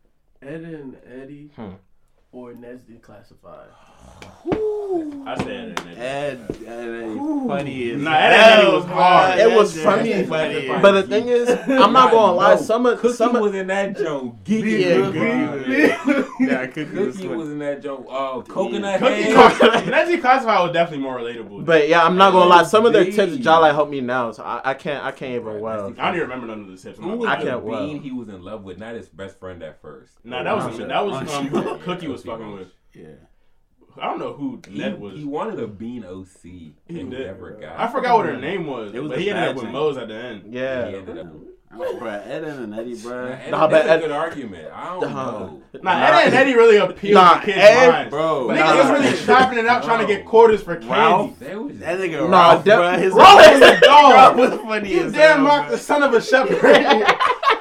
Speaker 3: and Eddie
Speaker 7: Hmm.
Speaker 3: or Nesby classified.
Speaker 6: I said that. nigga.
Speaker 8: Ed, Ed, Ed, funny as
Speaker 9: Nah, that
Speaker 8: hell,
Speaker 9: nigga was
Speaker 8: bruh.
Speaker 9: hard.
Speaker 7: It was
Speaker 8: That
Speaker 7: funny,
Speaker 8: shit funny as
Speaker 7: But the thing is, I'm not gonna lie. Some of
Speaker 6: Cookie
Speaker 7: some of,
Speaker 6: was in that joke. Geeky
Speaker 7: Yeah,
Speaker 6: good
Speaker 7: Geeky.
Speaker 6: vibes.
Speaker 8: Yeah, Cookie was
Speaker 6: Cookie
Speaker 8: funny.
Speaker 6: was in that joke. Oh, coconut
Speaker 9: Cookie
Speaker 6: head.
Speaker 9: Classified- Nazi Classified was definitely more relatable.
Speaker 7: but yeah, I'm not gonna lie. Some of their
Speaker 6: Dude.
Speaker 7: tips, Jala helped me now. So I, I can't I can't even
Speaker 6: Right,
Speaker 7: well.
Speaker 9: I don't even remember none of the tips.
Speaker 6: Who was
Speaker 7: I
Speaker 6: the
Speaker 7: can't
Speaker 6: bean
Speaker 7: well.
Speaker 6: he was in love with? Not his best friend at first.
Speaker 9: Nah, that was that was um,
Speaker 6: Yeah,
Speaker 9: Cookie was
Speaker 6: Cookie
Speaker 9: fucking
Speaker 6: was-
Speaker 9: with.
Speaker 8: Yeah.
Speaker 9: I don't know who
Speaker 6: He,
Speaker 9: Ned was.
Speaker 6: he wanted a bean OC.
Speaker 9: He
Speaker 6: and
Speaker 9: did.
Speaker 6: never got.
Speaker 9: I forgot what her name was.
Speaker 8: It was
Speaker 9: but
Speaker 8: the
Speaker 9: he ended up
Speaker 8: bad
Speaker 9: with
Speaker 8: chick.
Speaker 9: Moe's at the end.
Speaker 6: He
Speaker 7: Yeah.
Speaker 6: ended up.
Speaker 8: Bro, Ed and Eddie, bro.
Speaker 6: And
Speaker 7: Nah,
Speaker 6: that's
Speaker 7: but-
Speaker 6: a good argument. I don't
Speaker 7: Nah.
Speaker 6: know.
Speaker 9: Nah, Ed and Eddie really appealed
Speaker 7: Nah,
Speaker 9: to kids'
Speaker 7: Ed-
Speaker 9: minds.
Speaker 8: Bro,
Speaker 9: But
Speaker 7: nah.
Speaker 9: Niggas was really shopping it out, trying to get quarters for candy.
Speaker 8: Ralph.
Speaker 6: They was just,
Speaker 8: That nigga
Speaker 7: Nah,
Speaker 8: Ralph,
Speaker 7: def-
Speaker 8: bruh, his
Speaker 7: Ralph
Speaker 8: name
Speaker 7: is a dog.
Speaker 8: Ralph was funny
Speaker 9: You
Speaker 8: as
Speaker 9: damn
Speaker 8: hell,
Speaker 9: mock
Speaker 8: bruh.
Speaker 9: the son of a shepherd.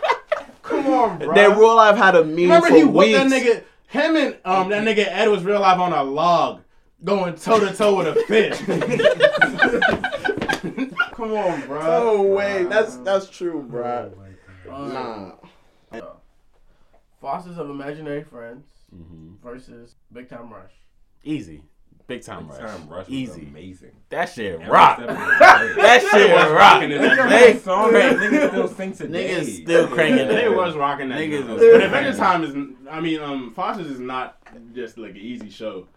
Speaker 9: Come on, bro.
Speaker 7: Their real life had a meme
Speaker 9: Remember
Speaker 7: for
Speaker 9: he whipped
Speaker 7: weeks.
Speaker 9: that nigga. Him and um that nigga Ed was real life on a log, going toe to toe with a fish. Come on, bro.
Speaker 7: No way. That's that's true, bro.
Speaker 3: All right. Uh,
Speaker 7: Nah.
Speaker 3: Fosters of Imaginary Friends
Speaker 7: Mm-hmm.
Speaker 3: versus Big Time Rush.
Speaker 8: Easy. Big time
Speaker 6: Time
Speaker 8: rush.
Speaker 6: Rush was
Speaker 8: Easy.
Speaker 6: amazing.
Speaker 8: That shit
Speaker 6: Every
Speaker 8: rock.
Speaker 6: step of the way.
Speaker 8: That shit rock.
Speaker 6: And it's a
Speaker 8: They
Speaker 6: great song that niggas still sing today.
Speaker 8: Niggas still cranking
Speaker 9: They
Speaker 8: it.
Speaker 9: was rocking that.
Speaker 8: Niggas
Speaker 9: Niggas
Speaker 8: was-
Speaker 9: but Adventure Time is, I mean, um, Foster's is not just like an easy show.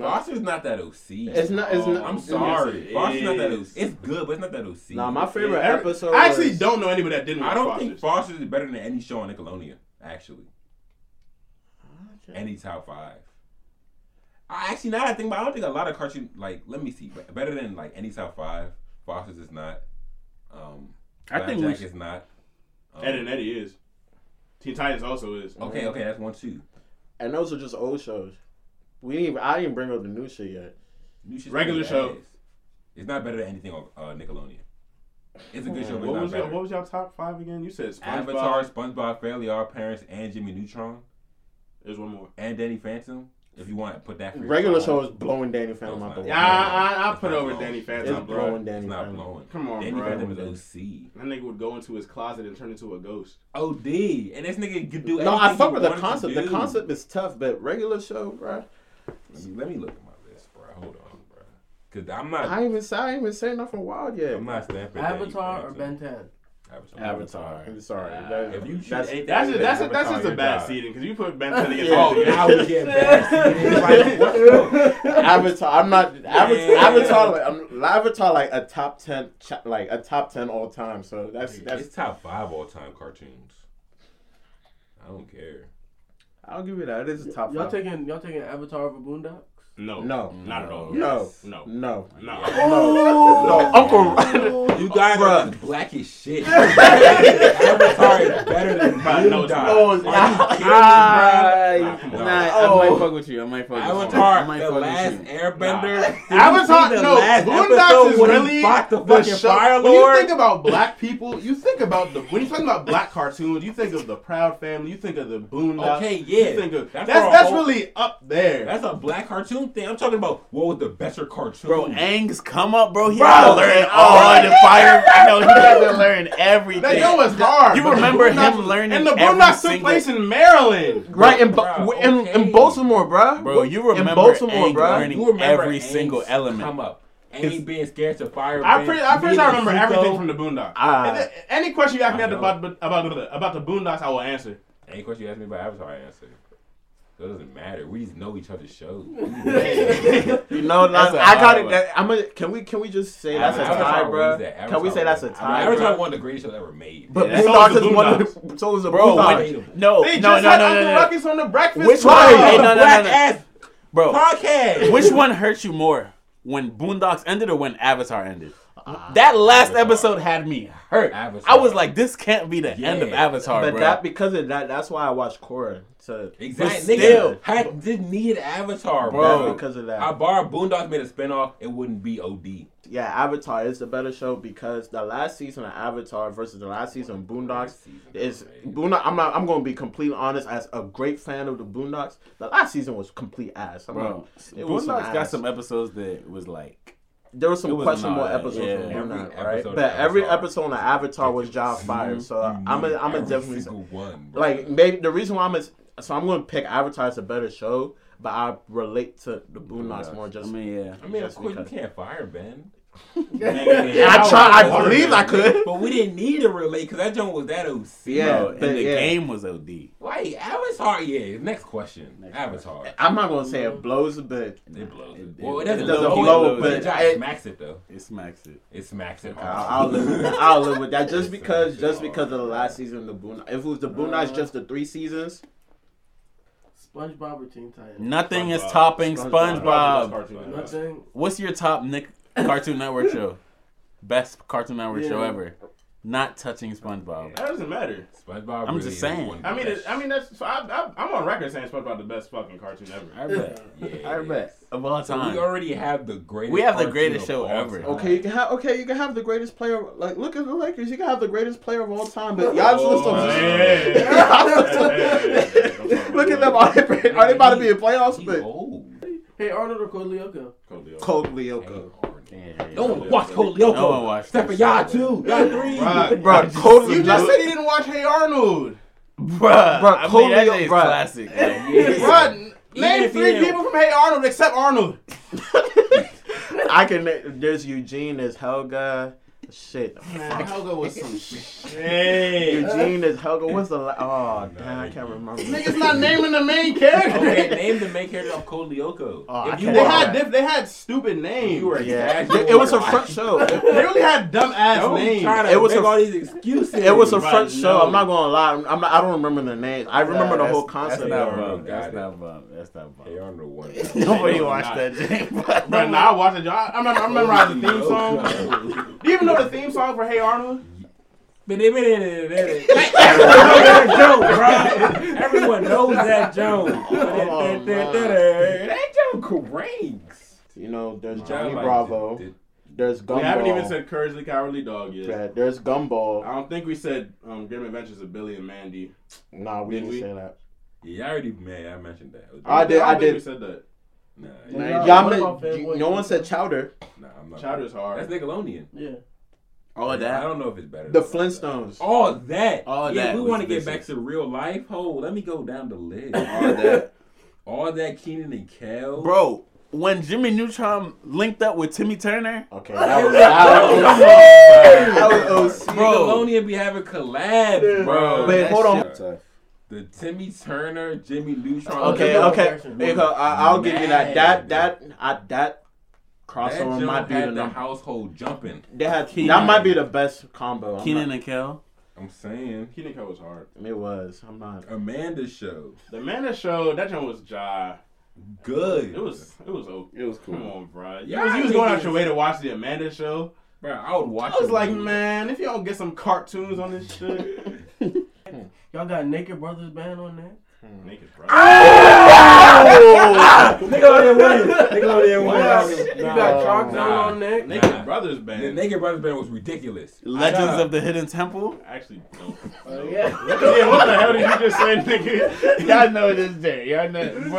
Speaker 6: Foster's not that OC.
Speaker 7: It's not- it's not-
Speaker 6: I'm sorry.
Speaker 9: Yes, it
Speaker 6: Foster's not that OC.
Speaker 9: is.
Speaker 6: It's good, but it's not that OC.
Speaker 7: Nah, my favorite
Speaker 9: Every-
Speaker 7: episode.
Speaker 9: I actually
Speaker 7: was-
Speaker 9: don't know anybody that didn't. Watch
Speaker 6: I don't
Speaker 9: Foster's.
Speaker 6: think Foster's is better than any show on Nickelodeon. Actually, any top five. I actually now that I think, about it, I don't think a lot of cartoon like let me see, but better than like any top five. Foster's is not. Um,
Speaker 8: I think we
Speaker 6: Blackjack
Speaker 8: should,
Speaker 6: is not. Um,
Speaker 9: Ed and Eddie is. Teen Titans also is.
Speaker 6: Okay, okay, that's one two.
Speaker 7: And those are just old shows. We didn't. Even, I didn't bring up the new shit yet.
Speaker 6: New shit's
Speaker 9: Regular
Speaker 6: pretty
Speaker 9: show.
Speaker 6: ass. It's not better than anything on uh, Nickelodeon. It's a good show, but
Speaker 9: What
Speaker 6: it's not
Speaker 9: was
Speaker 6: better.
Speaker 9: your, what was y'all top five again? You said SpongeBob.
Speaker 6: Avatar, SpongeBob, Fairly Odd Parents, and Jimmy Neutron,
Speaker 9: There's one more.
Speaker 6: and Danny Phantom. If you want to put that for your
Speaker 7: Regular
Speaker 6: top.
Speaker 7: show is blowing Danny Phantom out the
Speaker 6: It's
Speaker 9: Yeah,
Speaker 7: water.
Speaker 9: I, I, I
Speaker 6: It's
Speaker 9: put
Speaker 6: not
Speaker 9: over
Speaker 6: blowing.
Speaker 9: Danny
Speaker 6: It's
Speaker 9: Phantom,
Speaker 7: not
Speaker 9: bro.
Speaker 7: blowing Danny
Speaker 6: It's not
Speaker 7: Phantom.
Speaker 6: blowing.
Speaker 9: Come on,
Speaker 6: Danny
Speaker 9: bro.
Speaker 6: Phantom is OC.
Speaker 9: That nigga would go into his closet and turn into a ghost.
Speaker 6: OD, Oh, and this nigga could do.
Speaker 7: No, I
Speaker 6: anything
Speaker 7: fuck
Speaker 6: you
Speaker 7: with the
Speaker 6: want him to
Speaker 7: concept. The
Speaker 6: do.
Speaker 7: concept is tough, but regular show, bro.
Speaker 6: Let me, let me look at my list, bro. Hold on, bro. Cause I'm not.
Speaker 7: I ain't even. say- I ain't even saying nothing wild yet.
Speaker 6: I'm not stamping.
Speaker 3: Avatar or Ben 10?
Speaker 6: Avatar.
Speaker 7: Avatar. I'm sorry.
Speaker 6: If
Speaker 7: that,
Speaker 6: you shoot
Speaker 7: that's,
Speaker 6: anything,
Speaker 9: That's just, that's,
Speaker 6: Avatar,
Speaker 9: that's just a
Speaker 6: you're
Speaker 9: bad
Speaker 6: done.
Speaker 9: seeding because you put Benson against
Speaker 7: Yeah.
Speaker 9: all
Speaker 6: Oh,
Speaker 9: the
Speaker 6: now we get bad.
Speaker 7: Avatar. I'm not Avatar.
Speaker 6: Yeah.
Speaker 7: Avatar. Like, I'm Avatar. Like a top ten. cha- Like a top ten all time. So that's that's.
Speaker 6: It's top five all time cartoons. I don't care.
Speaker 7: I'll give you that. It is a top
Speaker 3: Y'all
Speaker 7: five.
Speaker 3: taking y'all taking Avatar over Boondocks?
Speaker 9: No.
Speaker 7: No.
Speaker 9: Not at all.
Speaker 7: No.
Speaker 9: No. No.
Speaker 7: No.
Speaker 9: No.
Speaker 7: No. Uncle.
Speaker 6: Oh. You guys are
Speaker 7: Bruh.
Speaker 6: just black as shit. Avatar is better than
Speaker 9: Bruh, no,
Speaker 6: Blue Dot.
Speaker 9: it's not.
Speaker 6: Are you kidding me, bruh?
Speaker 8: Ah, I, Oh.
Speaker 9: Nah, come on.
Speaker 8: nah, I might fuck with you. I might fuck with you. I
Speaker 6: Avatar,
Speaker 8: might
Speaker 6: the
Speaker 8: fuck with
Speaker 6: last
Speaker 8: you.
Speaker 6: Airbender. Did you
Speaker 9: Avatar,
Speaker 6: see the
Speaker 9: no,
Speaker 6: last
Speaker 9: Boondocks
Speaker 6: episode
Speaker 9: is
Speaker 6: when he
Speaker 9: really
Speaker 6: fought the
Speaker 9: the
Speaker 6: fucking
Speaker 9: show.
Speaker 6: Fire
Speaker 9: When you
Speaker 6: Lord?
Speaker 9: think about black people, you think about the when you talk about black cartoons, you think of the Proud Family, you think of the Boondocks.
Speaker 6: Okay, yeah.
Speaker 9: You think of that's
Speaker 6: That's
Speaker 9: that's,
Speaker 6: for a whole-
Speaker 9: really up there.
Speaker 6: That's a black cartoon thing. I'm talking about what was the better cartoon.
Speaker 8: Bro, Ang's come up, bro. He had to learn all
Speaker 9: bro.
Speaker 8: the fire. No, he had to learn
Speaker 9: that
Speaker 8: everything.
Speaker 9: yo was hard.
Speaker 8: You
Speaker 9: but the
Speaker 8: remember him
Speaker 9: Boondocks-
Speaker 8: learning
Speaker 9: And the
Speaker 8: every
Speaker 9: Boondocks took
Speaker 8: single-
Speaker 9: place in Maryland.
Speaker 7: Right in, Bo-
Speaker 6: Bruh,
Speaker 7: in,
Speaker 6: okay.
Speaker 7: in Baltimore, bro.
Speaker 8: Bro, you remember
Speaker 7: in Baltimore,
Speaker 8: Ang
Speaker 7: bro.
Speaker 8: learning-
Speaker 6: you remember
Speaker 8: every
Speaker 6: Aang's
Speaker 8: single element.
Speaker 6: Come up. Aang being scared to fire.
Speaker 9: I pretty, I pretty sure I remember everything from
Speaker 6: the.
Speaker 9: the Boondocks.
Speaker 7: Ah.
Speaker 9: Is there any question you ask me
Speaker 6: I know.
Speaker 9: about about the- about the Boondocks, I will answer.
Speaker 6: Any question you ask me about Avatar, I answer. So it doesn't matter. We just know each other's shows.
Speaker 7: You know,
Speaker 9: That's
Speaker 7: like,
Speaker 9: a
Speaker 7: I got
Speaker 9: hard
Speaker 7: it.
Speaker 9: one.
Speaker 7: That, I'm a, can we can we just say that's a
Speaker 6: Avatar
Speaker 7: tie,
Speaker 6: wins
Speaker 7: bro?
Speaker 6: that.
Speaker 7: Can we
Speaker 6: Avatar
Speaker 7: say that's a
Speaker 6: wins.
Speaker 7: tie?
Speaker 6: I mean, Avatar
Speaker 7: bruh?
Speaker 6: one of the greatest shows ever made.
Speaker 7: But
Speaker 9: Yeah,
Speaker 7: Boondocks
Speaker 9: so is
Speaker 7: is
Speaker 9: the
Speaker 7: one of the so is a
Speaker 8: Bro,
Speaker 7: Boondocks.
Speaker 8: when, no,
Speaker 9: They
Speaker 8: no, no,
Speaker 9: just had
Speaker 8: no,
Speaker 9: Uncle
Speaker 8: no, no.
Speaker 9: Ruckus on the Breakfast
Speaker 8: Which one?
Speaker 9: Club.
Speaker 8: Hey, no, no, no, no.
Speaker 6: Black-ass
Speaker 8: Bro,
Speaker 6: podcast.
Speaker 8: which one hurt you more? When Boondocks ended or when Avatar ended? that last
Speaker 6: Avatar.
Speaker 8: episode had me hurt.
Speaker 6: Avatar.
Speaker 8: I was like, this can't be the end of
Speaker 6: Yeah.
Speaker 8: Avatar,
Speaker 7: But
Speaker 8: bro.
Speaker 7: that because of that, that's why I watched Korra. So
Speaker 8: But
Speaker 6: Exactly.
Speaker 8: still.
Speaker 6: Nigga, I didn't need Avatar,
Speaker 7: bro,
Speaker 6: bro.
Speaker 7: because of that,
Speaker 6: I borrowed Boondocks made a spinoff. It wouldn't be OD.
Speaker 7: yeah, Avatar is the better show because the last season of Avatar versus the last season of Boondocks is Boondock. I'm not. I'm gonna be completely honest. As a great fan of the Boondocks, the last season was complete ass. I'm
Speaker 8: bro,
Speaker 7: not- it was
Speaker 8: Boondocks got
Speaker 7: ass.
Speaker 8: some episodes that was like,
Speaker 7: There were
Speaker 8: It
Speaker 7: some
Speaker 8: was
Speaker 7: questionable
Speaker 8: not,
Speaker 7: episodes
Speaker 8: yeah.
Speaker 7: of Boondocks,
Speaker 6: Every
Speaker 7: right?
Speaker 6: episode
Speaker 7: But
Speaker 6: of
Speaker 7: every
Speaker 6: Avatar
Speaker 7: episode on
Speaker 6: was
Speaker 7: Avatar was job
Speaker 6: Mhm.
Speaker 7: fired. So
Speaker 6: You
Speaker 7: I'm a,
Speaker 6: need
Speaker 7: I'm a
Speaker 6: every
Speaker 7: definitely
Speaker 6: single one. Bro.
Speaker 7: like maybe the reason why I'm is, so I'm gonna pick Avatar as a better show, but I relate to the Boondocks more.
Speaker 8: I
Speaker 7: Just
Speaker 8: mean, yeah.
Speaker 6: I mean, of
Speaker 7: Just
Speaker 6: course
Speaker 7: because.
Speaker 6: you can't fire Ben.
Speaker 7: I
Speaker 6: I
Speaker 7: try. I believe I could.
Speaker 6: But we didn't need to relate because that joint was that OC.
Speaker 7: Yeah,
Speaker 8: Bro, and
Speaker 7: but
Speaker 8: the
Speaker 7: yeah.
Speaker 8: game was OD.
Speaker 6: Wait, Avatar. Yeah. Next question. Avatar.
Speaker 7: I'm not gonna say it blows, but
Speaker 6: It blows.
Speaker 8: it-
Speaker 6: well, it
Speaker 8: it
Speaker 6: doesn't,
Speaker 7: doesn't
Speaker 6: blow,
Speaker 7: blow,
Speaker 6: it,
Speaker 7: but
Speaker 6: it just
Speaker 7: it-
Speaker 6: smacks it though.
Speaker 8: It smacks it.
Speaker 6: It smacks it.
Speaker 7: I'll, I'll live. With, I'll live with that. Just because, just because of the last season of the Boondocks. If it was the Boondocks, just the three seasons.
Speaker 3: SpongeBob or Teen Titans?
Speaker 8: Nothing is
Speaker 9: SpongeBob.
Speaker 8: topping
Speaker 7: SpongeBob.
Speaker 8: SpongeBob.
Speaker 9: Cartoon.
Speaker 3: Nothing.
Speaker 8: What's your top Nick Cartoon Network show? Best Cartoon Network show
Speaker 3: Yeah.
Speaker 8: ever. Not touching SpongeBob.
Speaker 9: That doesn't matter.
Speaker 6: SpongeBob.
Speaker 8: I'm
Speaker 6: really
Speaker 8: just
Speaker 6: is
Speaker 8: saying.
Speaker 6: one of the
Speaker 9: I mean,
Speaker 6: best
Speaker 9: it, I mean that's. So I, I, I'm on record saying SpongeBob the best fucking cartoon ever.
Speaker 8: I bet.
Speaker 6: shit. Yeah,
Speaker 7: I bet.
Speaker 8: Of all
Speaker 6: So we
Speaker 8: time.
Speaker 6: already have the greatest.
Speaker 8: We have the
Speaker 6: cartoon
Speaker 8: greatest
Speaker 6: of
Speaker 8: show
Speaker 6: all
Speaker 8: ever.
Speaker 6: time.
Speaker 7: Okay, you can have. Okay, you can have the greatest player. Like, look at the Lakers. You can have the greatest player of all time, but y'all
Speaker 6: Oh,
Speaker 7: still.
Speaker 6: man.
Speaker 8: Oh,
Speaker 7: look at them. Are they, are they about to be in playoffs?
Speaker 6: He
Speaker 7: But
Speaker 6: old.
Speaker 3: Hey, Arnold or Corleoka?
Speaker 7: Cold
Speaker 6: Hey,
Speaker 7: Leoko.
Speaker 6: Arnold.
Speaker 8: Yeah.
Speaker 6: No one watched Coleoco.
Speaker 8: No one watched
Speaker 6: Stephen
Speaker 8: that
Speaker 6: Y'all
Speaker 8: shit.
Speaker 6: too. Y'all three.
Speaker 9: Right,
Speaker 7: Bro, Cold
Speaker 9: Uh, You just said he didn't watch Hey Arnold.
Speaker 8: Bruh.
Speaker 7: Bruh,
Speaker 8: I mean,
Speaker 7: Coley-
Speaker 8: that is
Speaker 7: bruh.
Speaker 8: classic. man.
Speaker 9: Bro, name
Speaker 6: if he
Speaker 9: three
Speaker 6: didn't-
Speaker 9: people from Hey Arnold except Arnold.
Speaker 7: I can. There's Eugene. There's Helga. Shit.
Speaker 9: Helga was some shit.
Speaker 7: Eugene is Helga. What's the? La- oh, damn, I can't
Speaker 9: Niggas
Speaker 7: remember.
Speaker 9: not naming the main character.
Speaker 6: Okay, name the main character of Coleoco.
Speaker 7: Oh, I
Speaker 6: if you
Speaker 7: can't-
Speaker 9: They
Speaker 6: were,
Speaker 9: had diff- they had stupid names.
Speaker 6: you were
Speaker 7: Yeah,
Speaker 6: exactly
Speaker 7: it was a
Speaker 6: right.
Speaker 7: French show.
Speaker 9: they really had dumb ass
Speaker 6: Don't
Speaker 9: names.
Speaker 6: try to
Speaker 7: It was
Speaker 6: make
Speaker 7: a-
Speaker 6: all these excuses.
Speaker 7: It was a
Speaker 9: Right,
Speaker 7: French show.
Speaker 9: no.
Speaker 7: I'm not gonna lie. I'm I'm not, I don't remember the names. I remember the
Speaker 8: That's-
Speaker 7: whole concept.
Speaker 8: That's
Speaker 6: Hey
Speaker 8: not
Speaker 6: Arnold,
Speaker 8: bump. That's
Speaker 6: got it.
Speaker 8: not bump. That's not bump.
Speaker 6: Hey Arnold won.
Speaker 8: Nobody
Speaker 9: Hey,
Speaker 8: watched
Speaker 9: Arnold.
Speaker 8: that, Jay.
Speaker 9: But now I watched it. I, I remember, I memorized the theme song. Do you even know the theme song for Hey Arnold?
Speaker 6: But they been in it. it- it- Everyone knows that joke, bro. Everyone knows that joke.
Speaker 7: Oh,
Speaker 6: that joke cranks.
Speaker 7: You know, there's
Speaker 6: Johnny
Speaker 7: Johnny Bravo. There's Gumball.
Speaker 9: We haven't even said Courage the Cowardly Dog yet.
Speaker 7: Yeah, There's Gumball.
Speaker 9: I don't think we said um, Grim Adventures of Billy and Mandy.
Speaker 7: Nah, we
Speaker 9: Did
Speaker 7: didn't
Speaker 9: we?
Speaker 7: say that.
Speaker 6: Yeah, I already man, I mentioned that.
Speaker 7: I did-
Speaker 9: don't think
Speaker 7: did.
Speaker 9: We said that.
Speaker 6: Nah,
Speaker 3: Nah,
Speaker 6: yeah,
Speaker 7: Y'all,
Speaker 3: what
Speaker 7: meant-
Speaker 3: about Fanboy
Speaker 7: you- no one said Chowder.
Speaker 6: nah, I'm not.
Speaker 9: Chowder's hard.
Speaker 6: That's Nickelodeon.
Speaker 3: Yeah.
Speaker 8: All
Speaker 6: I
Speaker 8: that.
Speaker 6: don't know if it's better.
Speaker 7: The
Speaker 6: than all that.
Speaker 7: Flintstones.
Speaker 6: All that.
Speaker 8: All
Speaker 6: yeah,
Speaker 8: that
Speaker 6: we
Speaker 8: was
Speaker 6: want to get
Speaker 8: vicious.
Speaker 6: back to real life. Hold, let me go down the list.
Speaker 8: All that.
Speaker 6: All that Keenan and Kel.
Speaker 8: Bro, when Jimmy Neutron linked up with Timmy Turner,
Speaker 9: Oh,
Speaker 7: Okay, that was that was, that was OC.
Speaker 8: Bro.
Speaker 6: Nickelodeon be having collabs, bro.
Speaker 7: Wait,
Speaker 8: that
Speaker 7: hold on.
Speaker 8: shit-
Speaker 6: The Timmy Turner, Jimmy Neutron.
Speaker 7: Okay,
Speaker 3: Michael
Speaker 7: okay.
Speaker 3: Jackson.
Speaker 7: Nico, I, I'll give you that. That
Speaker 6: Mad.
Speaker 7: that I, that crossover
Speaker 6: That jump
Speaker 7: might be the
Speaker 6: had the
Speaker 7: number.
Speaker 6: household jumping.
Speaker 7: They had, that
Speaker 8: Keenan.
Speaker 7: might be the best combo. I'm
Speaker 8: Keenan
Speaker 7: not-
Speaker 8: and Kel.
Speaker 6: I'm saying
Speaker 9: Keenan Cole was hard.
Speaker 7: it was. I'm not.
Speaker 6: Amanda's show,
Speaker 9: The Mandy show, that joint was jaw.
Speaker 6: good.
Speaker 9: It was it was okay.
Speaker 8: It was
Speaker 9: Come on, bro. You
Speaker 6: Yeah,
Speaker 9: was, you
Speaker 6: I
Speaker 9: was
Speaker 6: think
Speaker 9: going out your
Speaker 6: it's-
Speaker 9: way to watch the Amanda show.
Speaker 6: bro. I would watch.
Speaker 9: I was
Speaker 6: it,
Speaker 9: like, man, if you don't get some cartoons on this shit,
Speaker 3: Y'all got Naked Brothers band on there?
Speaker 9: naked bro.
Speaker 7: Oh!
Speaker 6: Nickelodeon win. Nickelodeon
Speaker 3: You
Speaker 6: win.
Speaker 3: got Chalk
Speaker 6: nah.
Speaker 3: on there?
Speaker 9: Naked
Speaker 6: Nah.
Speaker 9: Brothers band.
Speaker 6: The Naked Brothers band was ridiculous.
Speaker 8: Legends
Speaker 6: Nah.
Speaker 8: of the Hidden Temple.
Speaker 9: I actually don't.
Speaker 3: yeah.
Speaker 9: yeah, what the hell did you just say, nigga? Y'all know this day. Y'all know, bro.
Speaker 6: Nah,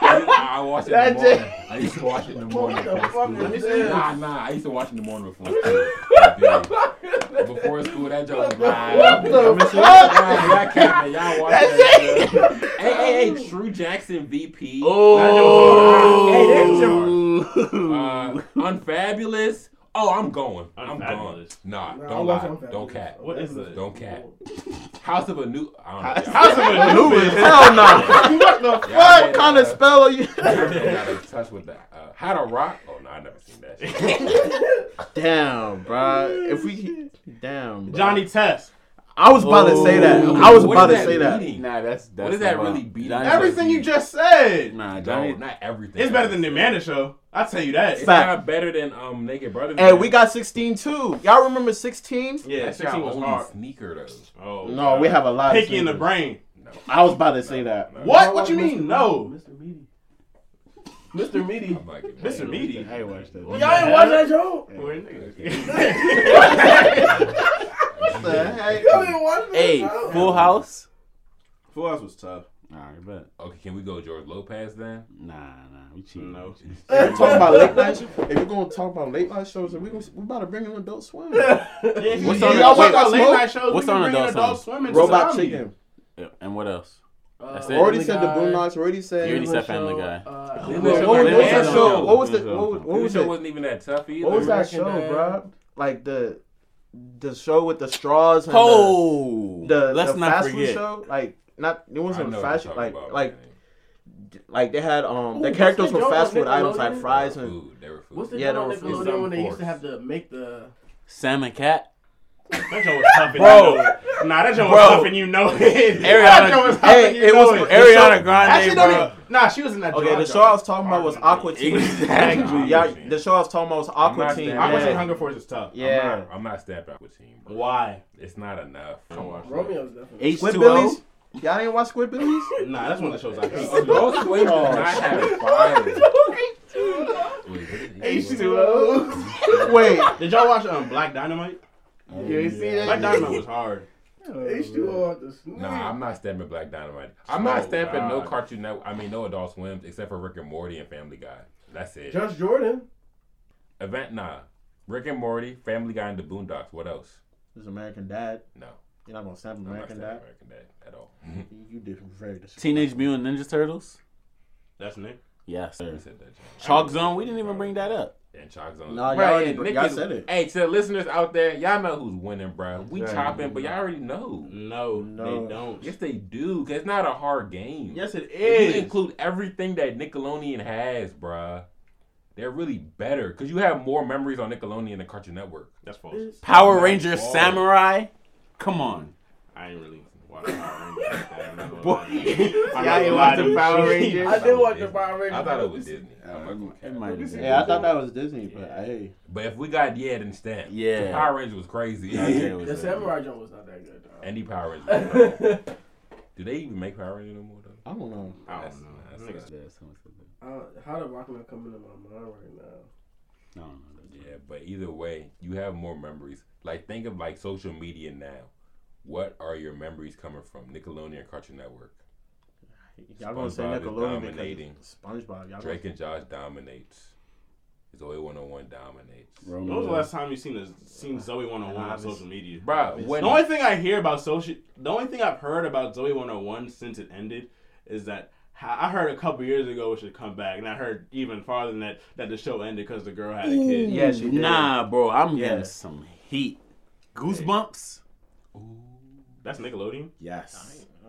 Speaker 6: I, I watched it in
Speaker 7: That
Speaker 6: the
Speaker 7: just-
Speaker 6: morning. I used to watch it in the morning.
Speaker 3: What the
Speaker 6: before
Speaker 3: fuck
Speaker 6: school.
Speaker 3: is this?
Speaker 6: Nah, nah. I used to watch it in the morning before school. I did. Before school, that joke was live. What the fuck? Y'all capping. Y'all watching that shit. Hey, hey, hey. True Jackson VP.
Speaker 9: Oh.
Speaker 6: Hey, that's your- Uh, Unfabulous. Oh, I'm going. I'm
Speaker 9: Unfabulous.
Speaker 6: going. Nah,
Speaker 3: Nah, I
Speaker 6: don't Don't
Speaker 3: watch
Speaker 6: lie.
Speaker 3: Unfamous.
Speaker 6: Don't cat.
Speaker 9: What is it?
Speaker 6: Don't cat. House of a new. I don't know.
Speaker 9: House of Anubis.
Speaker 7: Hell no. what the
Speaker 6: Yeah,
Speaker 7: fuck kind of spell are you?
Speaker 6: Y'all been out of touch with that. Uh, How to Rock? Oh no, I never seen that. Shit.
Speaker 7: Damn, bro. If we, damn, bruh.
Speaker 9: Johnny Test.
Speaker 7: I was about to say that. I was
Speaker 6: What
Speaker 7: about to
Speaker 6: is
Speaker 7: say that.
Speaker 6: meaning?
Speaker 8: Nah, that's that's
Speaker 6: What is
Speaker 8: the
Speaker 6: that
Speaker 8: bomb.
Speaker 6: really beating?
Speaker 8: Johnny-
Speaker 9: Everything you just said.
Speaker 8: Nah,
Speaker 6: No,
Speaker 8: Johnny.
Speaker 6: not everything.
Speaker 9: It's better than the Amanda Show. I tell you that.
Speaker 6: It's
Speaker 7: Fact.
Speaker 6: not better than um Naked Brothers.
Speaker 7: Hey, we got 16 too. Y'all remember 16?
Speaker 9: Yeah,
Speaker 6: That's
Speaker 9: 16
Speaker 6: y'all
Speaker 9: was
Speaker 6: only
Speaker 9: hard.
Speaker 6: sneaker though.
Speaker 9: Oh,
Speaker 7: No, we have a lot. of
Speaker 9: picky in the
Speaker 7: singles.
Speaker 9: brain.
Speaker 7: I was about to say that.
Speaker 9: What? What you mean? No,
Speaker 3: Mr. Meaty.
Speaker 9: Mr. Meaty.
Speaker 6: I'm like,
Speaker 9: Mr. Meaty.
Speaker 7: I ain't watched that. What
Speaker 9: What
Speaker 3: Y'all ain't watch that show?
Speaker 7: the heck?
Speaker 3: Y'all ain't watch that
Speaker 8: Hey,
Speaker 3: show?
Speaker 8: Full House.
Speaker 9: Four hours was tough.
Speaker 8: Nah, but
Speaker 6: Okay, can we go George Lopez then?
Speaker 8: nah, nah, we cheating.
Speaker 9: No.
Speaker 7: If you talking about late night shows, if you're gonna talk about late night shows, then we gonna we about to bring in Adult Swim.
Speaker 8: on
Speaker 9: What's on
Speaker 8: the-
Speaker 3: Uh,
Speaker 9: y'all
Speaker 8: wait,
Speaker 9: talk about late
Speaker 7: Smoke?
Speaker 9: night shows?
Speaker 8: What's
Speaker 9: we
Speaker 8: on
Speaker 9: can bring in
Speaker 8: Adult
Speaker 9: adult
Speaker 8: Swim?
Speaker 9: swim and
Speaker 7: Robot
Speaker 9: salami.
Speaker 7: Chicken.
Speaker 8: Yeah, And what else? That's
Speaker 3: Uh,
Speaker 8: it.
Speaker 7: Already said the
Speaker 3: Guy.
Speaker 7: Boondocks. Already said.
Speaker 8: You already said Family
Speaker 3: show,
Speaker 8: Guy.
Speaker 3: uh,
Speaker 6: Leave
Speaker 7: What
Speaker 6: it
Speaker 7: what-
Speaker 6: alone.
Speaker 7: what was
Speaker 6: Leave
Speaker 7: that
Speaker 6: it
Speaker 7: show?
Speaker 6: alone.
Speaker 7: What was the
Speaker 8: Leave it
Speaker 7: what was-
Speaker 8: alone.
Speaker 7: what was
Speaker 6: show
Speaker 7: it?
Speaker 6: wasn't even that tough either.
Speaker 7: What was that
Speaker 3: American
Speaker 7: show,
Speaker 3: Dad.
Speaker 7: bruh? Like the the show with the straws and the,
Speaker 8: Oh,
Speaker 7: the
Speaker 8: let's
Speaker 7: the
Speaker 8: not
Speaker 7: fast food
Speaker 8: forget.
Speaker 7: show. Like not it
Speaker 6: I know
Speaker 7: wasn't
Speaker 6: what
Speaker 7: fast
Speaker 6: you're
Speaker 7: like
Speaker 6: talking about,
Speaker 7: like
Speaker 6: man.
Speaker 7: like they had um
Speaker 3: Ooh,
Speaker 7: the
Speaker 3: what's
Speaker 7: characters
Speaker 3: the
Speaker 7: were
Speaker 3: joke
Speaker 7: fast
Speaker 3: on
Speaker 7: food items like
Speaker 3: Nickelodeon?
Speaker 7: fries
Speaker 6: They were
Speaker 7: and
Speaker 6: food. They were food.
Speaker 3: What's the
Speaker 7: Yeah,
Speaker 3: yeah, on
Speaker 7: there was-
Speaker 3: Nickelodeon
Speaker 6: it's
Speaker 3: when they used to
Speaker 6: some
Speaker 3: have to make the
Speaker 8: Sam and Cat.
Speaker 9: That joint was tough and
Speaker 8: Bro.
Speaker 9: you know it. Nah, that joint was
Speaker 8: Bro.
Speaker 9: tough and you know it.
Speaker 8: Ariana-
Speaker 9: that joint was tough
Speaker 7: Hey,
Speaker 9: and you
Speaker 7: it
Speaker 9: know
Speaker 7: was-
Speaker 9: it.
Speaker 8: Ariana Grande,
Speaker 9: Actually, don't
Speaker 8: bro.
Speaker 9: even- Nah, she was in that joint.
Speaker 7: Okay, the show I was talking about was Aqua Teen.
Speaker 8: Exactly.
Speaker 7: Yeah, the show I was talking about was
Speaker 6: I'm
Speaker 7: Aqua
Speaker 6: not
Speaker 7: Teen.
Speaker 6: saying-
Speaker 9: I was in
Speaker 7: Yeah.
Speaker 9: Hunger Force is tough.
Speaker 6: I'm
Speaker 7: yeah.
Speaker 6: not, I'm not stamped out with team, bro.
Speaker 9: Why?
Speaker 6: It's not enough. Don't watch that.
Speaker 3: Romeo's definitely.
Speaker 8: H two O.
Speaker 7: Squidbillies? Y'all didn't watch Squidbillies?
Speaker 9: Nah, that's one of the shows I hate.
Speaker 6: Those waves did not have fire.
Speaker 9: H2O.
Speaker 7: Wait.
Speaker 9: Did y'all watch um, Black Dynamite?
Speaker 8: Oh,
Speaker 7: You ain't see
Speaker 9: Black Dynamite was hard.
Speaker 3: H2O on the sneak.
Speaker 6: Nah, I'm not stamping Black Dynamite. I'm
Speaker 9: Oh,
Speaker 6: not stamping no
Speaker 9: God.
Speaker 6: Cartoon Network. I mean, no Adult Swim except for Rick and Morty and Family Guy. That's it.
Speaker 3: Just Jordan.
Speaker 6: Event nah. Rick and Morty, Family Guy, and The Boondocks. What else?
Speaker 7: This American Dad.
Speaker 6: No,
Speaker 7: You're not gonna snap
Speaker 6: I'm
Speaker 7: American
Speaker 6: not
Speaker 7: Dad.
Speaker 6: stamping American Dad at all.
Speaker 7: You did very disrespectful.
Speaker 8: Teenage Mutant Ninja Turtles.
Speaker 9: That's Nick.
Speaker 8: Yes, sir.
Speaker 6: You said that, John.
Speaker 8: Chalk Zone. We didn't even bring that up.
Speaker 6: And Chalk Zone.
Speaker 7: Nah, y'all
Speaker 6: Bruh,
Speaker 7: already-
Speaker 6: and Nick
Speaker 7: y'all
Speaker 6: is-
Speaker 7: said it.
Speaker 6: Hey, to the listeners out there, y'all know who's winning, bro. We chopping, but y'all already know.
Speaker 9: No,
Speaker 7: No.
Speaker 9: they don't.
Speaker 6: Yes, they do. 'cause it's not a hard game.
Speaker 9: Yes, it
Speaker 6: If you
Speaker 9: is.
Speaker 6: include everything that Nickelodeon has, bruh, they're really better because you have more memories on Nickelodeon than Cartoon Network.
Speaker 9: That's false.
Speaker 8: Power
Speaker 6: my
Speaker 8: Rangers
Speaker 6: God.
Speaker 8: Samurai. Come on.
Speaker 9: I ain't really watching Power Rangers. like that. I'm not gonna
Speaker 8: Boy.
Speaker 9: lie to you. I'm
Speaker 7: Y'all
Speaker 9: not
Speaker 7: ain't
Speaker 9: gonna lie
Speaker 7: watching
Speaker 9: to you.
Speaker 7: Power Rangers?
Speaker 3: I did watch
Speaker 6: Disney.
Speaker 3: the Power Rangers.
Speaker 6: I thought it was Disney. I'm not gonna
Speaker 8: It
Speaker 6: cap.
Speaker 8: might have been.
Speaker 7: Yeah, I thought that was Disney, but hey.
Speaker 6: But if we got yeah, then stamp.
Speaker 8: Yeah.
Speaker 6: The Power Rangers was crazy.
Speaker 8: Okay, it was
Speaker 3: The
Speaker 8: a-
Speaker 3: Samurai Jump was not that good. Though.
Speaker 6: Andy Power Rangers. was terrible. do they even make Power Rangers no more though?
Speaker 7: I don't know.
Speaker 9: I
Speaker 6: That's-
Speaker 9: don't know.
Speaker 6: that's not-
Speaker 9: Niggas
Speaker 8: Yeah, someone said that.
Speaker 3: Uh, how did Rockman come into my mind right now?
Speaker 8: I don't know.
Speaker 6: Yeah, but either way, you have more memories. Like think of like social media now. What are your memories coming from? Nickelodeon and Cartoon Network.
Speaker 7: Y'all gonna say
Speaker 6: SpongeBob is
Speaker 7: Nickelodeon
Speaker 6: dominating.
Speaker 7: because SpongeBob. Y'all
Speaker 6: Drake
Speaker 7: gonna-
Speaker 6: and Josh dominates. His OA 101 dominates.
Speaker 9: When was the last time you seen a, seen Zoe 101 on
Speaker 7: Obvious.
Speaker 9: social media?
Speaker 6: Bro,
Speaker 9: The
Speaker 6: when
Speaker 9: only thing I hear about social, the only thing I've heard about Zoe 101 since it ended is that ha- I heard a couple years ago it should come back, and I heard even farther than that that the show ended because the girl had a kid.
Speaker 7: Yeah, she did.
Speaker 8: Nah, bro, I'm
Speaker 7: Yeah.
Speaker 8: getting some heat. Goosebumps.
Speaker 9: That's Nickelodeon.
Speaker 8: Yes.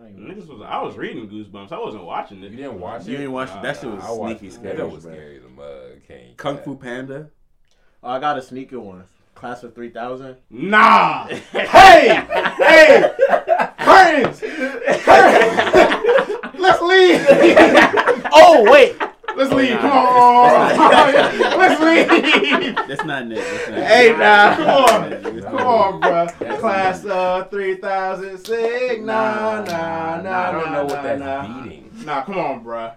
Speaker 7: I ain't-
Speaker 9: Niggas was I was reading Goosebumps. I wasn't watching
Speaker 6: you
Speaker 9: it.
Speaker 6: didn't watch it.
Speaker 8: You ain't watch it? That shit was
Speaker 6: I watched
Speaker 8: sneaky
Speaker 6: it.
Speaker 8: scary,
Speaker 6: That was
Speaker 8: bro.
Speaker 6: scary as a mug. Can't
Speaker 8: Kung Fu Panda.
Speaker 7: Oh, I got a sneaker one. Class of 3000.
Speaker 9: Nah. hey, hey, curtains. Curtains! Let's leave.
Speaker 8: Oh wait,
Speaker 9: Let's leave. Come on. Let's leave.
Speaker 8: that's not Nick. That's not
Speaker 9: Hey,
Speaker 8: Nick.
Speaker 9: nah, come on.
Speaker 8: That's not
Speaker 9: Come on, bruh. Class uh, 3000 sig. Nah, nah, nah, nah.
Speaker 6: I don't know what that's
Speaker 9: nah.
Speaker 6: beating.
Speaker 9: Nah, come on, bruh.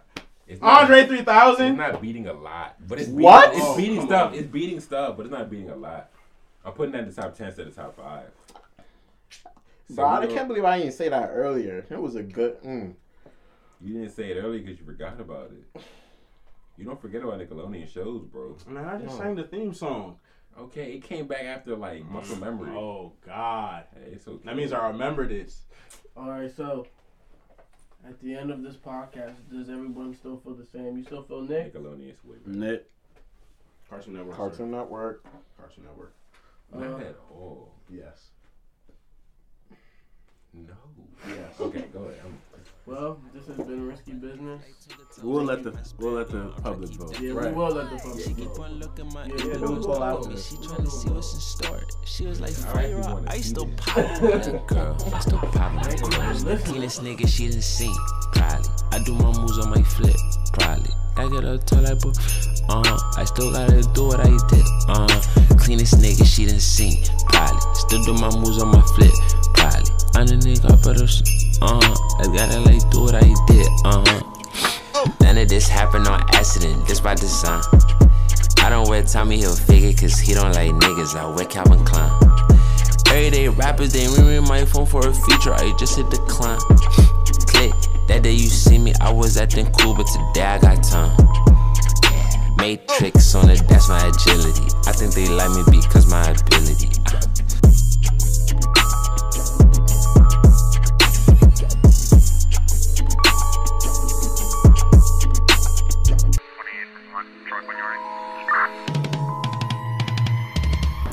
Speaker 6: It's not-
Speaker 9: Andre
Speaker 6: It's
Speaker 9: 3000?
Speaker 6: not beating a lot, but it's beating,
Speaker 7: What?
Speaker 6: It's
Speaker 9: Oh,
Speaker 6: beating
Speaker 9: come
Speaker 6: stuff.
Speaker 9: on.
Speaker 6: It's beating stuff, but it's not beating a lot. I'm putting that in the top ten instead of top five. So
Speaker 7: Bro, I
Speaker 6: we don't-
Speaker 7: can't believe I didn't say that earlier. It was a good. Mm.
Speaker 6: you didn't say it earlier because you forgot about it. You don't forget about Nickelodeon shows, bro.
Speaker 9: Man, I just sang the theme song.
Speaker 6: Okay, it came back after like muscle memory.
Speaker 9: Oh, God.
Speaker 6: Hey, it's okay.
Speaker 9: That means I remember this.
Speaker 3: All right, so at the end of this podcast, does everyone still feel the same? You still feel Nick?
Speaker 6: Nickelodeon is way better.
Speaker 8: Nick.
Speaker 9: Cartoon Network. sir.
Speaker 7: Cartoon Network.
Speaker 9: Cartoon Network.
Speaker 6: Not at all.
Speaker 7: Yes.
Speaker 6: No. Okay, go ahead. I'm,
Speaker 3: Well, this has been risky business.
Speaker 8: We'll let the we'll let the public vote.
Speaker 3: Yeah, we will let the public go.
Speaker 1: One look at my
Speaker 3: Yeah,
Speaker 7: Don't pull out.
Speaker 1: She tryna see what's in store. She was like, fire up. I still pop. Little girl, I still pop my clothes. Penis nigga, she didn't see. Probably. I do my moves on my flip. Probably. I get up tall like, bro. Uh huh. I still gotta do what I did. Uh huh. Cleanest nigga, she didn't see. Probably. Still do my moves on my flip. Probably. I'm the nigga, I better. Uh huh. I gotta like do what I did. Uh huh. None of this happened on accident. This by design. I don't wear Tommy Hilfiger cause he don't like niggas. I wear Calvin Klein. Everyday rappers, they ring ring my phone for a feature. I just hit decline. Click. That day you see me, I was acting cool, but today I got time. Matrix on it, that's my agility. I think they like me because my ability. Ah.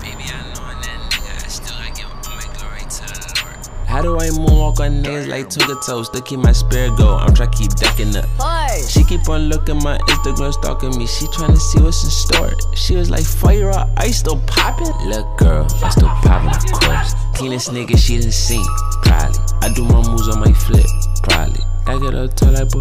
Speaker 1: Baby, I know I'm that nigga. I still gotta give all my glory to the Lord. How do I moonwalk on niggas like Tunga Toast? Look at my spirit go. I'm tryna keep ducking up. She keep on looking my Instagram, stalking me. She tryna see what's in store. She was like, fire up, I still poppin'. Look, girl, I still poppin', of course. Cleanest nigga she done seen, probably. I do my moves on my flip, probably. I get up till I boo.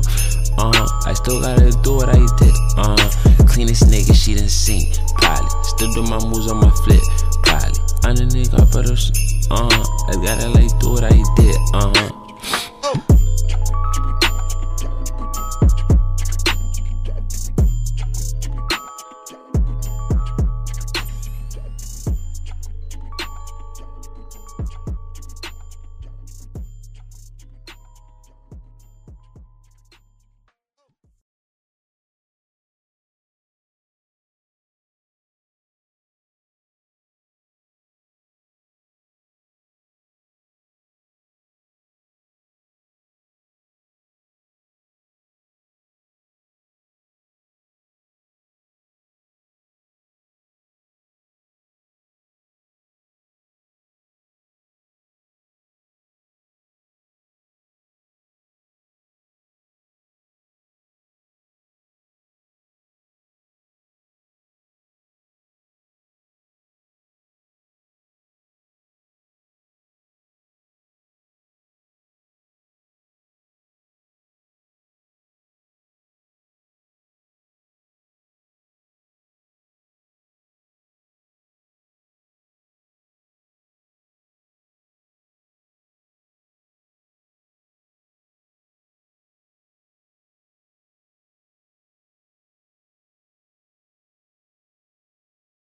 Speaker 1: Uh huh. I still gotta do what I did. Uh huh. Cleanest nigga she done seen, probably. Still do my moves on my flip, probably. uh-huh. I'm the nigga, I better. Uh huh. I gotta like do what I did. Uh huh.